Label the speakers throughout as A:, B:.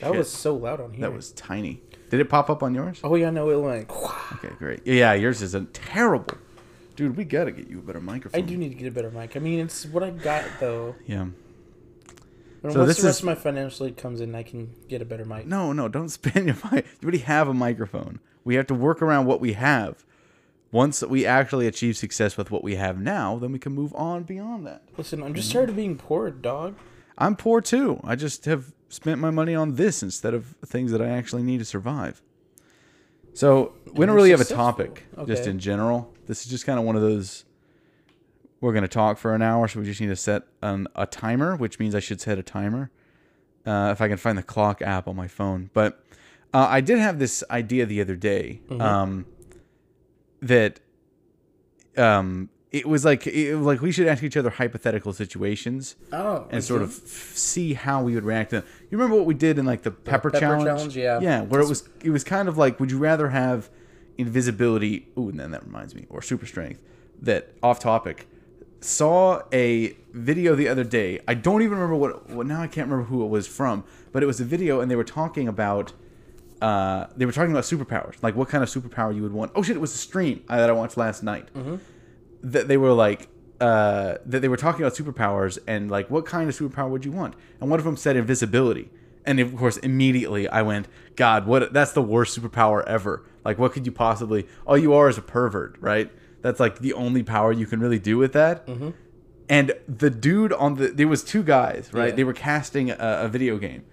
A: That was so loud on here.
B: That was tiny. Did it pop up on yours?
A: Oh yeah, no, it went.
B: Okay, great. Yeah, yours is a terrible. Dude, we gotta get you a better microphone.
A: I do need to get a better mic. I mean, it's what I got though.
B: Yeah.
A: And
B: So
A: once
B: this
A: the rest
B: is-
A: of my financial aid comes in, I can get a better mic.
B: No, no, don't spin your mic. You already have a microphone. We have to work around what we have. Once we actually achieve success with what we have now, then we can move on beyond that.
A: Listen, I'm just tired of being poor, dog.
B: I'm poor too. I just have spent my money on this instead of things that I actually need to survive. So we don't
A: you're
B: really have a
A: successful.
B: topic, just
A: Okay.
B: in general. This is just kind of one of those. We're gonna talk for an hour, so we just need to set an, a timer, which means I should set a timer. Uh, if I can find the clock app on my phone, but uh, I did have this idea the other day um, that um, it was like it, was like we should ask each other hypothetical situations
A: Oh,
B: and sort of f- see how we would react to them. You remember what we did in like the pepper,
A: pepper
B: challenge?
A: challenge, yeah.
B: Yeah, where it was it was kind of like would you rather have invisibility ooh and then that reminds me or super strength that off topic saw a video the other day. I don't even remember what well, now I can't remember who it was from, but it was a video and they were talking about uh, they were talking about superpowers, like what kind of superpower you would want. Oh shit, it was a stream uh, that I watched last night.
A: Mm-hmm.
B: That they were like, uh, that they were talking about superpowers and like what kind of superpower would you want? And one of them said invisibility. And of course, immediately I went, God, what? That's the worst superpower ever. Like, what could you possibly? All you are is a pervert, right? That's like the only power you can really do with that. And the dude on the there was two guys, right?
A: Yeah.
B: They were casting a, a video game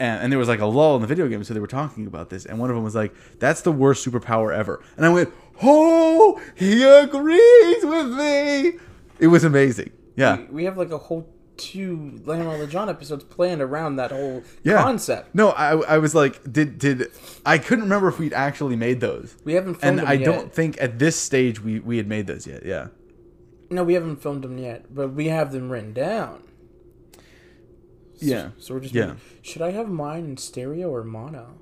B: and, and there was like a lull in the video game, so they were talking about this, and one of them was like, "That's the worst superpower ever," and I went, "Oh, he agrees with me." It was amazing. Yeah,
A: we have like a whole two Lamb on the John episodes planned around that whole
B: yeah.
A: concept.
B: No, I, I was like, did did I couldn't remember if we'd actually made those,
A: We haven't filmed
B: and
A: them
B: I
A: yet.
B: don't think at this stage we we had made those yet. Yeah.
A: No, we haven't filmed them yet, but we have them written down.
B: Yeah.
A: So we're just
B: Yeah.
A: making- should I have mine in stereo or mono?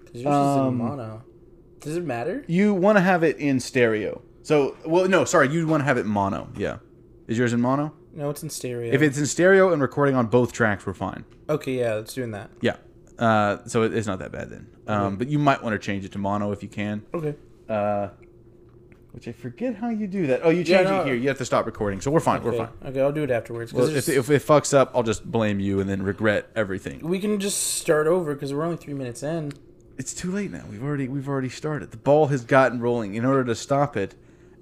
A: Because yours is in
B: Um,
A: mono. Does it matter?
B: You want to have it in stereo. So, well, no, sorry, you want to have it mono. Yeah. Is yours in mono?
A: No, it's in stereo.
B: If it's in stereo and recording on both tracks, we're fine.
A: okay, yeah, let's doing that.
B: Yeah. Uh, so it, it's not that bad then. Um, but you might want to change it to mono if you can.
A: Okay.
B: Uh, which I forget how you do that. Oh, you
A: Yeah,
B: change
A: no.
B: it here. You have to stop recording. So we're fine. We're
A: Okay.
B: fine.
A: okay, I'll do it afterwards. 'cause
B: Well,
A: it's
B: if,
A: just-
B: if it fucks up, I'll just blame you and then regret everything.
A: we can just start over because we're only three minutes in.
B: It's too late now. We've already we've already started. The ball has gotten rolling. In order to stop it,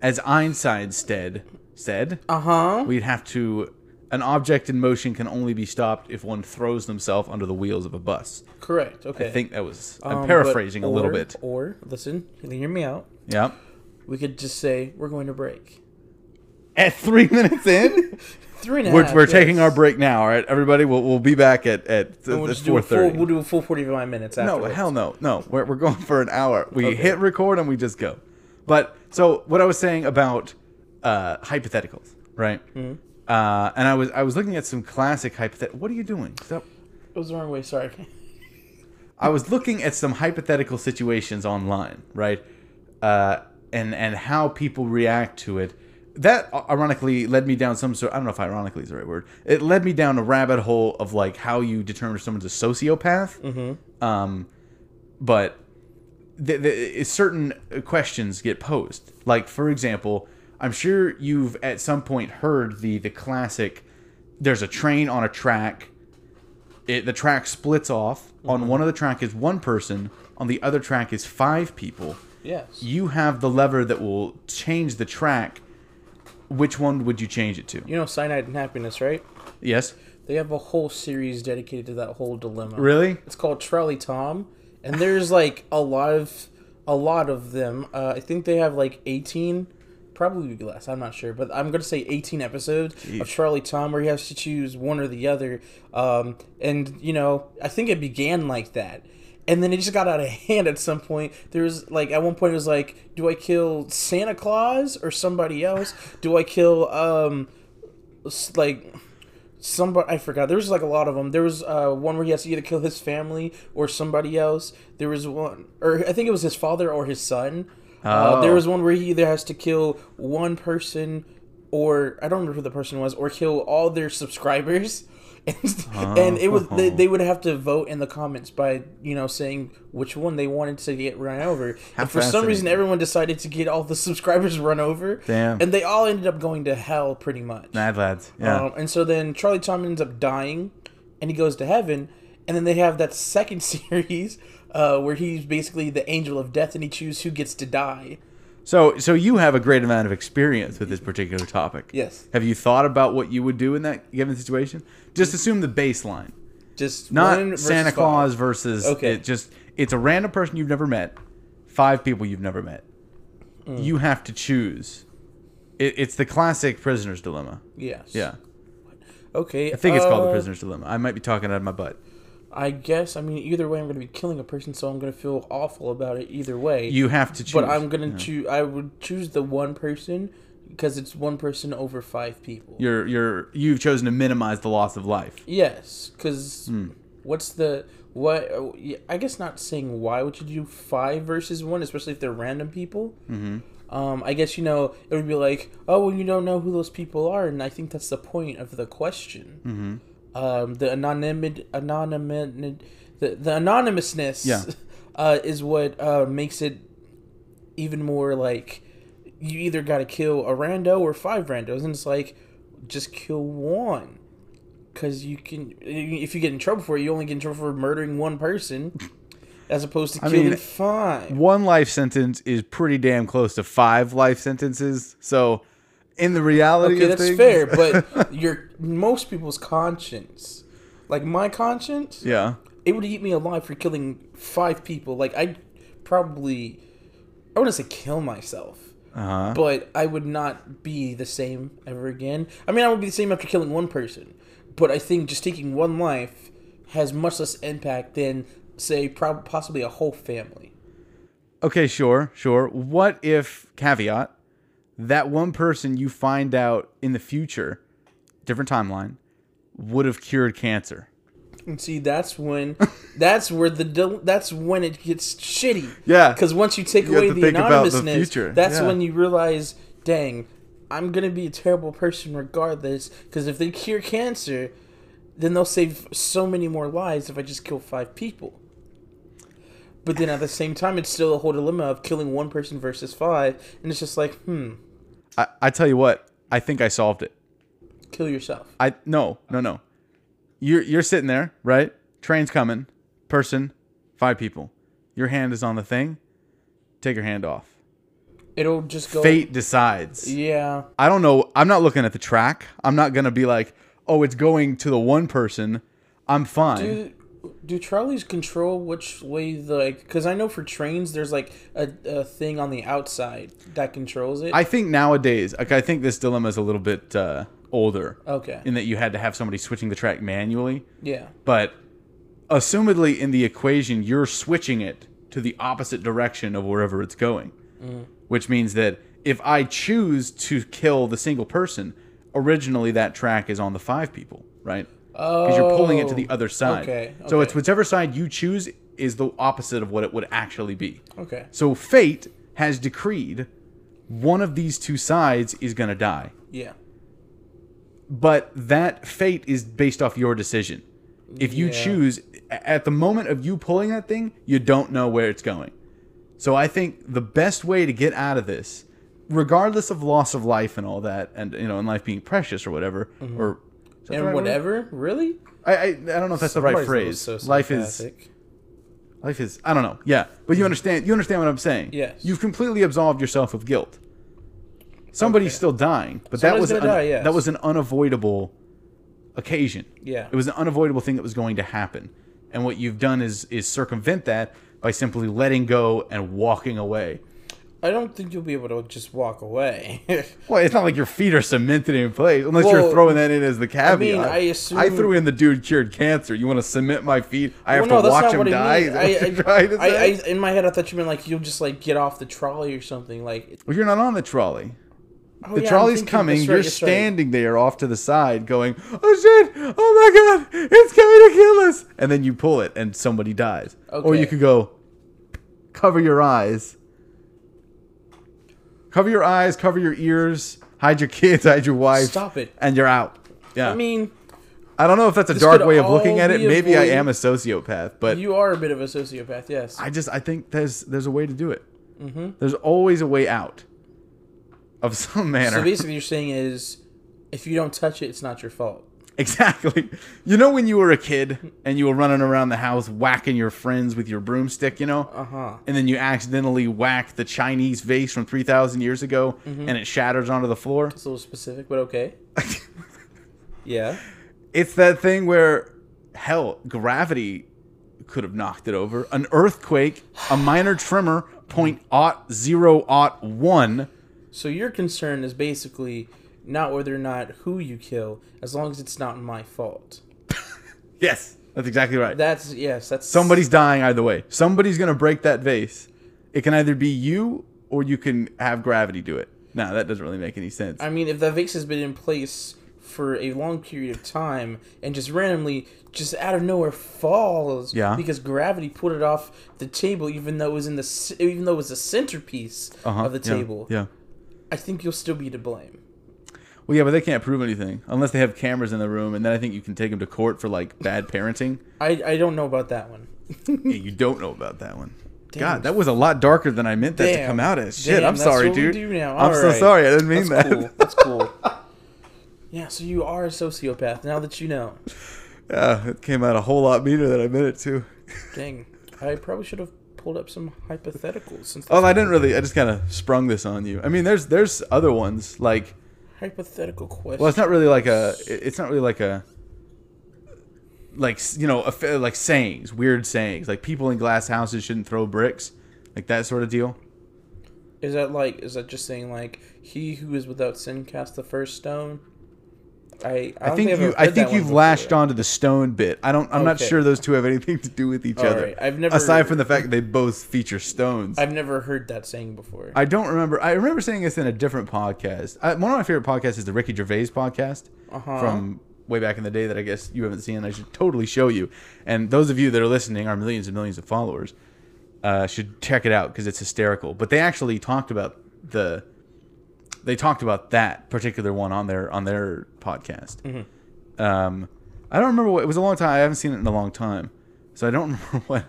B: as Einstein said, said
A: Uh huh.
B: we'd have to. An object in motion can only be stopped if one throws themselves under the wheels of a bus.
A: Correct. Okay.
B: I think that was. I'm
A: Um, but-
B: paraphrasing a little
A: or-
B: bit.
A: Or listen, hear me out.
B: Yeah.
A: We could just say we're going to break.
B: At three minutes in,
A: Three and a
B: we're,
A: half,
B: we're taking
A: yes.
B: our break now. All right, everybody, we'll, we'll be back at at,
A: And We'll,
B: at
A: just do
B: four
A: a full,
B: thirty.
A: we'll do a full forty-five minutes.
B: No,
A: Afterwards.
B: hell no, no. We're we're going for an hour. We hit record and we just go. But so what I was saying about uh, hypotheticals, right?
A: Mm-hmm.
B: Uh, and I was I was looking at some classic hypothetical. What are you doing? Stop.
A: It was the wrong way. Sorry.
B: I was looking at some hypothetical situations online, right? Uh, and and how people react to it. That uh, ironically led me down some sort. I don't know if ironically is the right word. It led me down a rabbit hole of like how you determine if someone's a sociopath. Mm-hmm. Um, but the, the, certain uh, questions get posed. Like for example, I'm sure you've at some point heard the the classic. There's a train on a track it, the track splits off.
A: Mm-hmm.
B: On one of the track is one person. On the other track is five people.
A: Yes.
B: You have the lever that will change the track. Which one would you change it to?
A: You know, cyanide and happiness, right?
B: Yes.
A: They have a whole series dedicated to that whole dilemma.
B: Really?
A: It's called Trolley Tom, and there's like a lot of a lot of them. Uh, I think they have like 18, probably less. I'm not sure, but I'm gonna say 18 episodes of Trolley Tom where he has to choose one or the other. Um, and you know, I think it began like that. And then it just got out of hand at some point. There was like at one point it was like, do I kill Santa Claus or somebody else? Do I kill um, s- like somebody I forgot. There was like a lot of them. There was uh, one where he has to either kill his family or somebody else. There was one, or I think it was his father or his son. Uh,
B: Oh.
A: there was one where he either has to kill one person, or I don't remember who the person was, or kill all their subscribers. and,
B: Oh.
A: and it was they, they would have to vote in the comments by you know saying which one they wanted to get run over.
B: How
A: and for some reason,
B: fascinating.
A: everyone decided to get all the subscribers run over.
B: Damn.
A: And they all ended up going to hell pretty much.
B: Mad lads. Yeah.
A: Um, and so then Charlie Tom ends up dying, and he goes to heaven. And then they have that second series uh, where he's basically the angel of death, and he chooses who gets to die.
B: so so you have a great amount of experience with this particular topic.
A: Yes.
B: Have you thought about what you would do in that given situation? Just assume the baseline.
A: Just one
B: Not
A: versus
B: Santa
A: five.
B: Claus versus
A: Okay.
B: it just it's a random person you've never met, five people you've never met.
A: Mm.
B: You have to choose. It, it's the classic prisoner's dilemma.
A: Yes.
B: Yeah.
A: Okay.
B: I think it's called the
A: uh,
B: prisoner's dilemma. I might be talking out of my butt.
A: I guess. I mean, either way, I'm going to be killing a person, so I'm going to feel awful about it either way.
B: You have to choose.
A: but I'm going to choose. I would choose the one person because it's one person over five people.
B: you're you're you've chosen to minimize the loss of life.
A: Yes, because what's the what? oh, yeah, I guess not saying why would you do five versus one, especially if they're random people. Mm-hmm. Um, I guess you know it would be like, oh, well, you don't know who those people are, and I think that's the point of the question. Mm-hmm. Um, the anonymity, anonymity, the the anonymousness,
B: Yeah.
A: uh, is what uh, makes it even more like you either got to kill a rando or five randos, and it's like just kill one because you can if you get in trouble for it, you only get in trouble for murdering one person as opposed to killing
B: mean-
A: five.
B: One life sentence is pretty damn close to five life sentences. So, in the reality
A: Okay,
B: of
A: that's
B: things-
A: fair, but your most people's conscience, like my conscience,
B: yeah,
A: it would eat me alive for killing five people. Like I'd probably, I wouldn't say kill myself,
B: uh-huh.
A: but I would not be the same ever again. I mean, I would be the same after killing one person, but I think just taking one life has much less impact than say prob- possibly a whole family.
B: okay, sure, sure. What if caveat that one person you find out in the future, different timeline, would have cured cancer?
A: And see, that's when, that's where the dil- that's when it gets shitty.
B: Yeah.
A: Because once you take
B: You have
A: away
B: to
A: the
B: think about the
A: anonymousness,
B: future.
A: that's
B: Yeah.
A: when you realize, dang, I'm gonna be a terrible person regardless. Because if they cure cancer, then they'll save so many more lives if I just kill five people. But then at the same time, it's still a whole dilemma of killing one person versus five, and it's just like, hmm,
B: I, I tell you what, I think I solved it.
A: kill yourself.
B: I no, no, no. You're you're sitting there, right? Train's coming. Person, five people. Your hand is on the thing. Take your hand off.
A: It'll just go.
B: Fate decides.
A: Yeah.
B: I don't know. I'm not looking at the track. I'm not gonna be like, oh, it's going to the one person. I'm fine.
A: Do, do trolleys control which way the like? Because I know for trains, there's like a, a thing on the outside that controls it.
B: I think nowadays, like I think this dilemma is a little bit uh, older
A: okay.
B: in that you had to have somebody switching the track manually.
A: yeah.
B: But assumedly in the equation, you're switching it to the opposite direction of wherever it's going,
A: Mm-hmm.
B: which means that if I choose to kill the single person, originally that track is on the five people, right? Because you're pulling it to the
A: Oh,
B: other side.
A: okay,
B: So
A: okay.
B: it's whichever side you choose is the opposite of what it would actually be.
A: Okay.
B: So fate has decreed one of these two sides is going to die
A: Yeah.
B: but that fate is based off your decision. If you
A: Yeah.
B: choose at the moment of you pulling that thing, you don't know where it's going. So I think the best way to get out of this, regardless of loss of life and all that, and you know, and life being precious or whatever, or is that the
A: Mm-hmm. And
B: right word?
A: whatever, really?
B: I, I I don't know if that's the right phrase. life is life is I don't know. Yeah, but you understand you understand what I'm saying.
A: Mm. Yes.
B: You've completely absolved yourself of guilt. Somebody's
A: Okay.
B: still dying,
A: Somebody's
B: but that was
A: gonna
B: an-
A: die, yes.
B: that was an unavoidable occasion.
A: Yeah.
B: It was an unavoidable thing that was going to happen. And what you've done is is circumvent that by simply letting go and walking away.
A: I don't think you'll be able to just walk away.
B: Well, it's not like your feet are cemented in place unless
A: Well,
B: you're throwing that in as the caveat.
A: I assume-
B: I threw in the dude cured cancer. You want to cement my feet? I have
A: Well,
B: to
A: that's
B: watch
A: not
B: him
A: what I
B: die.
A: mean.
B: Is that what
A: I-
B: you're trying to
A: I, I,
B: say?
A: I, in my head, I thought you meant like you'll just like get off the trolley or something. Like
B: well, you're not on the trolley.
A: oh,
B: The
A: yeah, I'm
B: trolley's
A: thinking-
B: coming.
A: that's right,
B: you're
A: that's right.
B: standing there off to the side, going, "Oh shit! Oh my god! It's coming to kill us!" And then you pull it, and somebody dies. Or you
A: Okay.
B: could go, cover your eyes, cover your eyes, cover your ears, hide your kids, hide your wife.
A: Stop it.
B: And you're out. Yeah.
A: I mean,
B: I don't know if that's a
A: This
B: dark
A: could
B: way of
A: all
B: looking at it.
A: be
B: Maybe I
A: avoided.
B: am a sociopath, but
A: You are a bit of a sociopath, yes.
B: I just I think there's there's a way to do it.
A: Mm-hmm.
B: There's always a way out of some manner.
A: so basically, you're saying is if you don't touch it, it's not your fault.
B: Exactly. You know when you were a kid and you were running around the house whacking your friends with your broomstick, you know?
A: Uh huh.
B: And then you accidentally whack the Chinese vase from 3,000 years ago and it shatters onto the floor?
A: It's a little specific, but okay. Yeah.
B: It's that thing where, hell, gravity could have knocked it over. An earthquake, a minor tremor, point aught zero aught one.
A: So your concern is basically not whether or not who you kill, as long as it's not my fault.
B: Yes, that's exactly right.
A: That's yes. That's
B: Somebody's dying either way. Somebody's gonna break that vase. It can either be you or you can have gravity do it. No, that doesn't really make any sense.
A: I mean, if that vase has been in place for a long period of time and just randomly, just out of nowhere, falls.
B: Yeah.
A: Because gravity pulled it off the table, even though it was in the c- even though it was the centerpiece
B: Uh-huh,
A: of the
B: yeah,
A: table.
B: Yeah.
A: I think you'll still be to blame.
B: Well, yeah, but they can't prove anything unless they have cameras in the room, and then I think you can take them to court for like bad parenting.
A: I I don't know about that one.
B: yeah, you don't know about that one.
A: Damn.
B: God, that was a lot darker than I meant that to
A: Damn.
B: come out as. Shit,
A: Damn,
B: I'm
A: that's
B: sorry,
A: what we
B: dude.
A: do now.
B: I'm so
A: Alright.
B: sorry. I didn't mean
A: That's
B: that.
A: cool. That's cool. Yeah, so you are a sociopath now that you know.
B: yeah, it came out a whole lot meaner than I meant it to.
A: Dang, I probably should have pulled up some hypotheticals since
B: Oh,
A: that's
B: I didn't really. I just kind of sprung this on you. I mean, there's there's other ones like
A: a hypothetical question.
B: Well, it's not really like a. it- It's not really like a. Like s- you know, a fa- like sayings, weird sayings, like people in glass houses shouldn't throw bricks, like that sort of deal.
A: Is that like is that just saying like he who is without sin cast the first stone? I I,
B: I
A: don't
B: think
A: I've
B: you,
A: ever
B: I
A: read
B: think
A: that one
B: you've
A: before.
B: lashed onto the stone bit. I don't. I'm not
A: Okay.
B: sure those two have anything to do with each
A: All
B: other.
A: right, I've never-
B: Aside from the fact that they both feature stones. I,
A: I've never heard that saying before.
B: don't remember. I remember saying this in a different podcast. I, one of my favorite podcasts is the Ricky Gervais podcast.
A: Uh-huh.
B: from way back in the day that I guess you haven't seen. I should totally show you. And those of you that are listening, our millions and millions of followers, uh, should check it out because it's hysterical. But they actually talked about the, they talked about that particular one on their on their podcast. Um, I don't remember what it was a long time. I haven't seen it in a long time, so I don't remember what.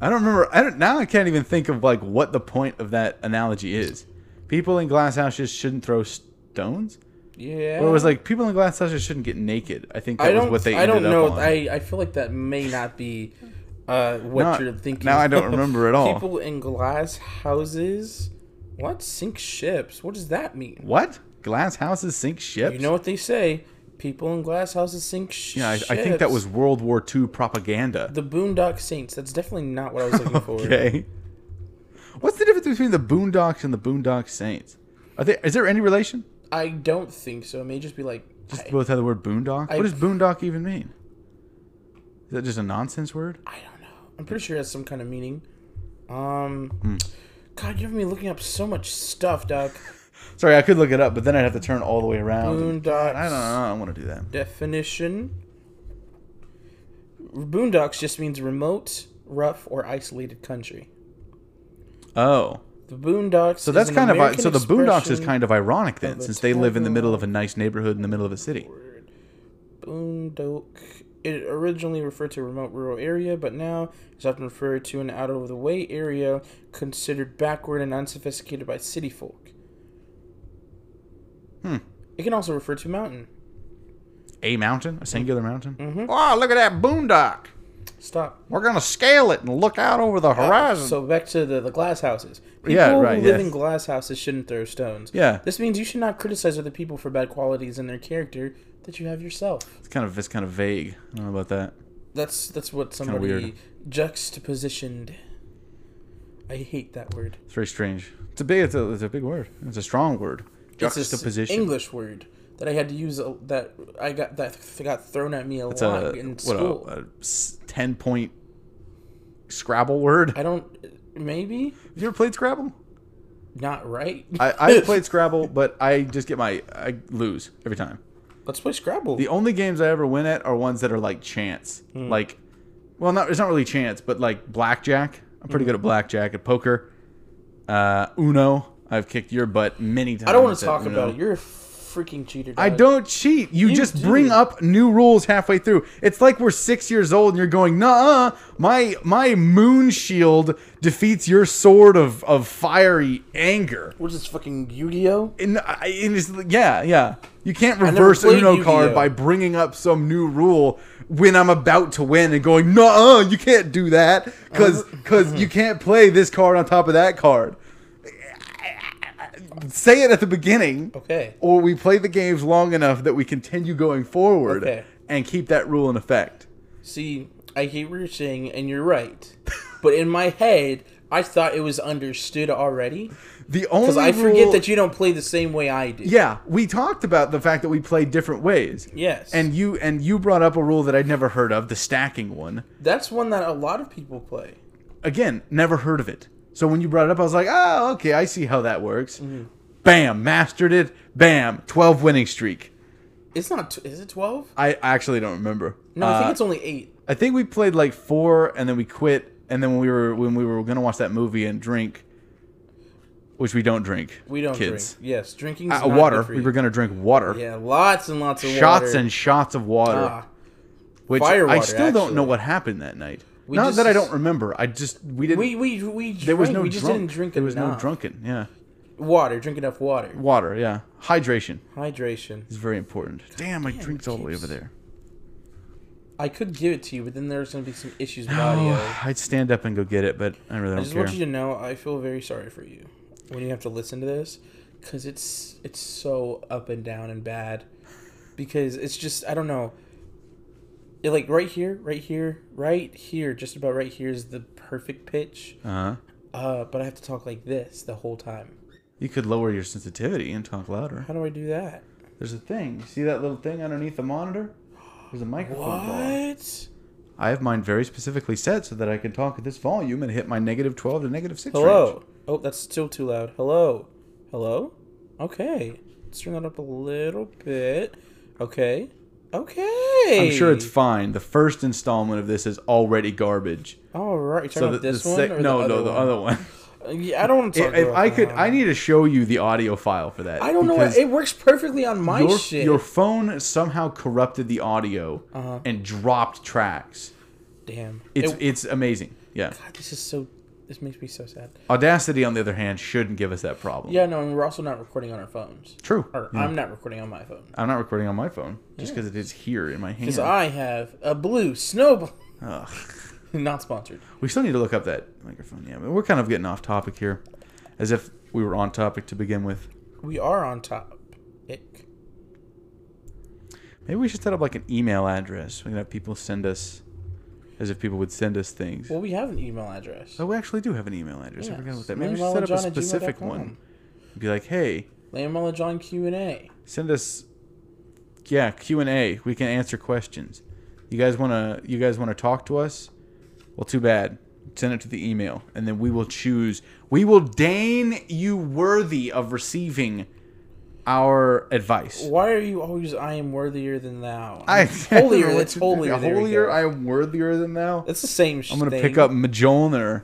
B: I don't remember. I don't now. I can't even think of like what the point of that analogy is. People in glass houses shouldn't throw stones.
A: yeah.
B: Well, it was like people in glass houses shouldn't get naked. I think that
A: I don't
B: was what they
A: I
B: ended
A: don't know.
B: up on.
A: I I feel like that may not be uh what
B: Now-
A: you're thinking.
B: now I don't remember at all.
A: People in glass houses. What sink ships? What does that mean?
B: what? Glass houses sink ships?
A: You know what they say? People in glass houses sink ships.
B: yeah, I, I think that was World War II propaganda.
A: the Boondock Saints. That's definitely not what I was looking for.
B: Okay. What's the difference between the Boondocks and the Boondock Saints? Are they, is there any relation?
A: I don't think so. It may just be like
B: Just
A: I-
B: both have the word boondock?
A: I-
B: what does boondock even mean? Is that just a nonsense word?
A: I don't know. I'm pretty sure it has some kind of meaning. Um,
B: Hmm.
A: God, you have me looking up so much stuff, Doc.
B: Sorry, I could look it up, but then I'd have to turn all the way around. and-
A: Boondocks
B: I don't know. I don't want to do that.
A: definition. Boondocks just means remote, rough, or isolated country.
B: Oh.
A: The Boondocks.
B: So that's kind of I- so the boondocks is kind of ironic then,
A: a
B: since they live in the middle of a nice neighborhood in the middle of a city.
A: boondock. It originally referred to a remote rural area, but now is often referred to an out of the way area considered backward and unsophisticated by city folk.
B: Hmm.
A: It can also refer to mountain.
B: A mountain, a singular mountain.
A: Mm-hmm.
B: Wow, look at that boondock.
A: Stop.
B: We're gonna scale it and look out over the horizon.
A: Uh, So back to the, the glass houses. People
B: Yeah, right,
A: who live
B: yes.
A: in glass houses shouldn't throw stones.
B: Yeah.
A: This means you should not criticize other people for bad qualities in their character that you have yourself.
B: it's kind of it's kind of vague. I don't know about that.
A: That's that's what
B: kinda
A: somebody juxtapositioned. I hate that word.
B: It's very strange. It's a big it's a, it's a big word. It's a strong word.
A: It's this
B: Juxtaposition.
A: English word that I had to use a, that I got that th- got thrown at me a
B: it's
A: lot
B: a
A: in
B: what a,
A: school. I
B: a s- ten point Scrabble word.
A: I don't maybe
B: Have you ever played Scrabble?
A: not right.
B: I, I've played Scrabble, but I just get my I lose every time.
A: Let's play Scrabble.
B: The only games I ever win at are ones that are like chance.
A: Hmm.
B: Like, well, not it's not really chance, but like blackjack. I'm
A: Hmm.
B: pretty good at blackjack and poker. Uh, Uno. I've kicked your butt many times.
A: I don't want
B: at
A: to talk
B: Uno.
A: about it. You're a freaking cheater.
B: I
A: dog.
B: don't cheat. You,
A: You
B: just
A: do.
B: bring up new rules halfway through. It's like we're six years old and you're going, nah, my my moon shield defeats your sword of, of fiery anger.
A: What's this fucking Yu-Gi-Oh?
B: And, I- and it's, yeah, yeah. You can't
A: never
B: reverse
A: played
B: Uno card
A: Yu-Gi-Oh.
B: by bringing up some new rule when I'm about to win and going, nah, you can't do that because
A: Uh-huh. Mm-hmm.
B: because you can't play this card on top of that card. Say it at the beginning
A: Okay.
B: or we play the games long enough that we continue going forward
A: Okay.
B: and keep that rule in effect.
A: See, I hear what you're saying, and you're right. but in my head, I thought it was understood already.
B: The only
A: Because I forget
B: rule-
A: that you don't play the same way I do.
B: yeah, we talked about the fact that we play different ways.
A: Yes.
B: And you and you brought up a rule that I'd never heard of, the stacking one.
A: That's one that a lot of people play.
B: Again, never heard of it. So when you brought it up, I was like, "Oh, okay, I see how that works." Bam, mastered it. Bam, 12 winning streak.
A: It's not. T- is it twelve?
B: I actually don't remember.
A: No, I
B: Uh,
A: think it's only eight.
B: I think we played like 4 and then we quit and then when we were when we were going to watch that movie and drink which we don't drink.
A: We don't
B: kids.
A: drink. Yes, drinking
B: Uh, water. We were going to drink water.
A: yeah, lots and lots of
B: Shots
A: water.
B: and shots of water,
A: Ah,
B: which
A: fire
B: I
A: water,
B: still don't know
A: actually.
B: what happened that night.
A: We
B: Not
A: just-
B: that I don't remember. I just we didn't.
A: we we we drank.
B: there was no
A: we just
B: drunk.
A: didn't drink
B: there was no
A: enough.
B: drunken. Yeah,
A: water. Drink enough water.
B: water. Yeah, hydration
A: Hydration.
B: is very important. Damn, my drink's all the way
A: keeps-
B: over there.
A: I could give it to you, but then there's gonna be some issues with audio. I
B: Oh, I'd stand up and go get it, but I really don't
A: just
B: care.
A: want you to know I feel very sorry for you when you have to listen to this, because it's it's so up and down and bad. Because it's just I don't know. It, like right here, right here, right here, just about right here is the perfect pitch.
B: uh-huh.
A: Uh, but I have to talk like this the whole time.
B: You could lower your sensitivity and talk louder.
A: How do I do that?
B: There's a thing. You see that little thing underneath the monitor? There's a microphone. bar.
A: What?
B: I have mine very specifically set so that I can talk at this volume and hit my negative 12 to negative 6 range.
A: Hello. Oh, that's still too loud. Hello. Hello? Okay. Let's turn that up a little bit. Okay. Okay.
B: I'm sure it's fine. The first installment of this is already garbage.
A: All Oh, right. Turn
B: So
A: up
B: that
A: this
B: the
A: one
B: sec-
A: or
B: no,
A: the other
B: no, the
A: one?
B: other one.
A: Uh, Yeah, I don't want to talk
B: if
A: about
B: I could,
A: that.
B: I need to show you the audio file for that.
A: I don't know.
B: because
A: It works perfectly on my
B: your,
A: shit.
B: your phone somehow corrupted the audio
A: Uh-huh.
B: and dropped tracks.
A: Damn.
B: It's
A: It-
B: it's amazing. Yeah.
A: God, this is so. This makes me so sad.
B: Audacity, on the other hand, shouldn't give us that problem.
A: Yeah, no, and we're also not recording on our phones.
B: True.
A: Or I'm not recording on my phone.
B: I'm not recording on my phone just because it is here in my hand.
A: Because I have a blue snowball.
B: Ugh.
A: not sponsored.
B: We still need to look up that microphone. Yeah, but we're kind of getting off topic here, as if we were on topic to begin with.
A: We are on top. Ick.
B: Maybe we should set up like an email address. We can have people send us, as if people would send us things.
A: Well, we have an email address.
B: oh, we actually do have an email address. I
A: Yes.
B: forgot about that. Maybe we should
A: Lamella
B: set up a
A: John at
B: specific
A: gmail.com.
B: one. Be like, hey,
A: Lamella John Q and A.
B: send us, yeah, Q and A. We can answer questions. You guys wanna, you guys wanna talk to us? Well, too bad. Send it to the email, and then we will choose. We will deign you worthy of receiving our advice.
A: Why are you always I am worthier than thou?
B: I
A: holier. It's holier. there we
B: Holier.
A: go.
B: I am worthier than thou.
A: That's the same.
B: I'm gonna pick up Mjolnir.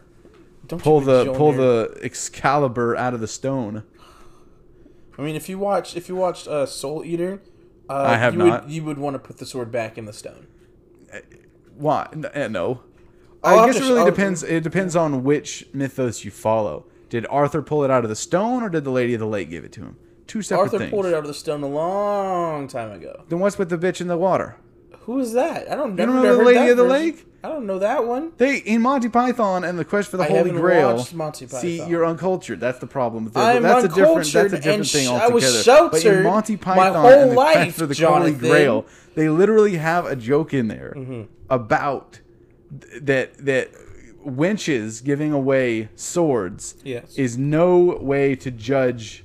B: Pull the pull the Excalibur out of the stone.
A: I mean, if you watch if you watched uh, Soul Eater, uh,
B: I have
A: you
B: not.
A: Would, you would want to put the sword back in the stone.
B: Why? N- eh, No.
A: I'll
B: I
A: have
B: guess
A: to
B: it
A: sh-
B: really
A: I'll-
B: depends. It depends on which mythos you follow. Did Arthur pull it out of the stone, or did the Lady of the Lake give it to him? Two separate
A: Arthur
B: things.
A: pulled it out of the stone a long time ago.
B: Then what's with the bitch in the water?
A: Who is that? I don't
B: You
A: I've
B: don't
A: never
B: know the
A: heard
B: Lady
A: that
B: of the
A: version.
B: Lake?
A: I don't know that one.
B: They in Monty Python and the Quest for the
A: I
B: Holy
A: haven't
B: Grail.
A: watched Monty
B: See,
A: Python.
B: you're uncultured. That's the problem. But
A: I'm
B: that's a different. That's a
A: uncultured
B: different
A: and
B: thing
A: sh- I
B: altogether.
A: was
B: but in
A: sheltered
B: Monty
A: my
B: Python
A: whole
B: and the Quest
A: life,
B: for the
A: Jonathan. Mm-hmm.
B: Holy Grail, they literally have a joke in there about th- that that wenches giving away swords
A: Yes.
B: is no way to judge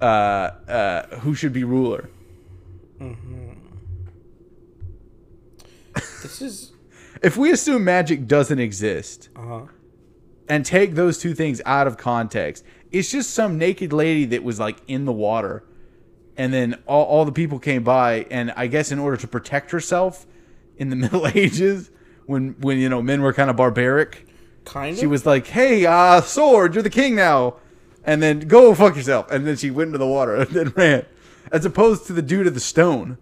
B: uh, uh, who should be ruler.
A: This is
B: If we assume magic doesn't exist,
A: uh huh.
B: and take those two things out of context. It's just some naked lady that was like in the water, and then all, all the people came by, and I guess in order to protect herself in the Middle Ages, when when you know men were kind of barbaric,
A: Kind of.
B: she was like, "Hey, uh, sword, you're the king now," and then go fuck yourself, and then she went into the water and then ran. as opposed to the dude of the stone.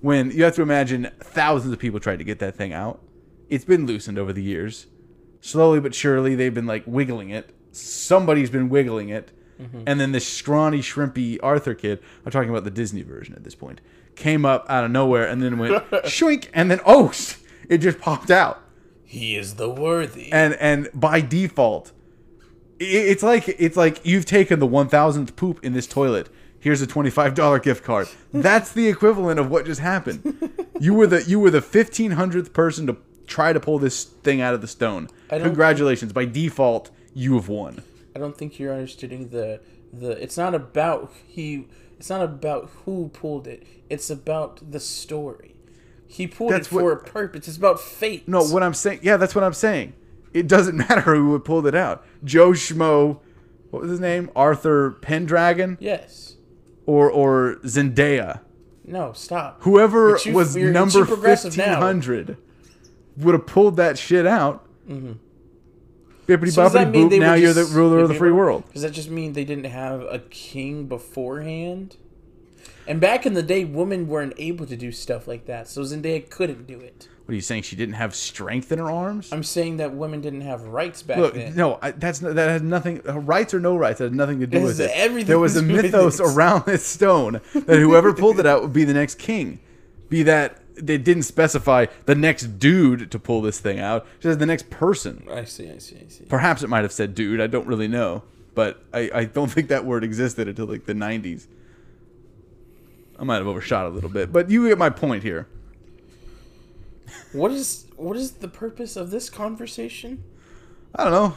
B: When you have to imagine thousands of people tried to get that thing out, it's been loosened over the years. Slowly but surely, they've been like wiggling it. Somebody's been wiggling it, and then this scrawny, shrimpy Arthur kid. I'm talking about the Disney version at this point. Came up out of nowhere and then went shrink, and then oh, it just popped out
A: He is the worthy.
B: and and by default i- it's like it's like you've taken the 1000th poop in this toilet here's a $25 gift card that's the equivalent of what just happened you were the you were the 1500th person to try to pull this thing out of the stone
A: don't-
B: congratulations by default you have won
A: I don't think you're understanding the the. It's not about he. It's not about who pulled it. It's about the story. He pulled
B: That's
A: it
B: what-
A: for a purpose. It's about fate.
B: no what i'm saying yeah that's what i'm saying it doesn't matter who pulled it out joe schmo what was his name arthur pendragon
A: Yes.
B: or or zendaya
A: No. Stop.
B: whoever
A: too-
B: was
A: you're- you're
B: number
A: too progressive now.
B: fifteen hundred would have pulled that shit out. Bippity
A: Mm-hmm. So does that
B: boppity
A: mean
B: boop.
A: they were
B: Now you're the
A: just-
B: ruler of the
A: they
B: free
A: were-
B: world.
A: Does that just mean they didn't have a king beforehand? And back in the day, women weren't able to do stuff like that, so Zendaya couldn't do it.
B: What are you saying? She didn't have strength in her arms.
A: I'm saying that women didn't have rights back
B: Look,
A: then.
B: no, I, that's no- that has nothing. uh, Rights or no rights that has nothing to do
A: It
B: with
A: has
B: it.
A: everything
B: there was
A: to
B: a
A: do with
B: mythos
A: this.
B: around this stone that whoever pulled it out would be the next king. Be that they didn't specify the next dude to pull this thing out. Just the next person.
A: I see, I see, I see.
B: Perhaps it might have said dude. I don't really know. But I, I don't think that word existed until like the 90s. I might have overshot a little bit. But you get my point here.
A: What is what is the purpose of this conversation?
B: I don't know.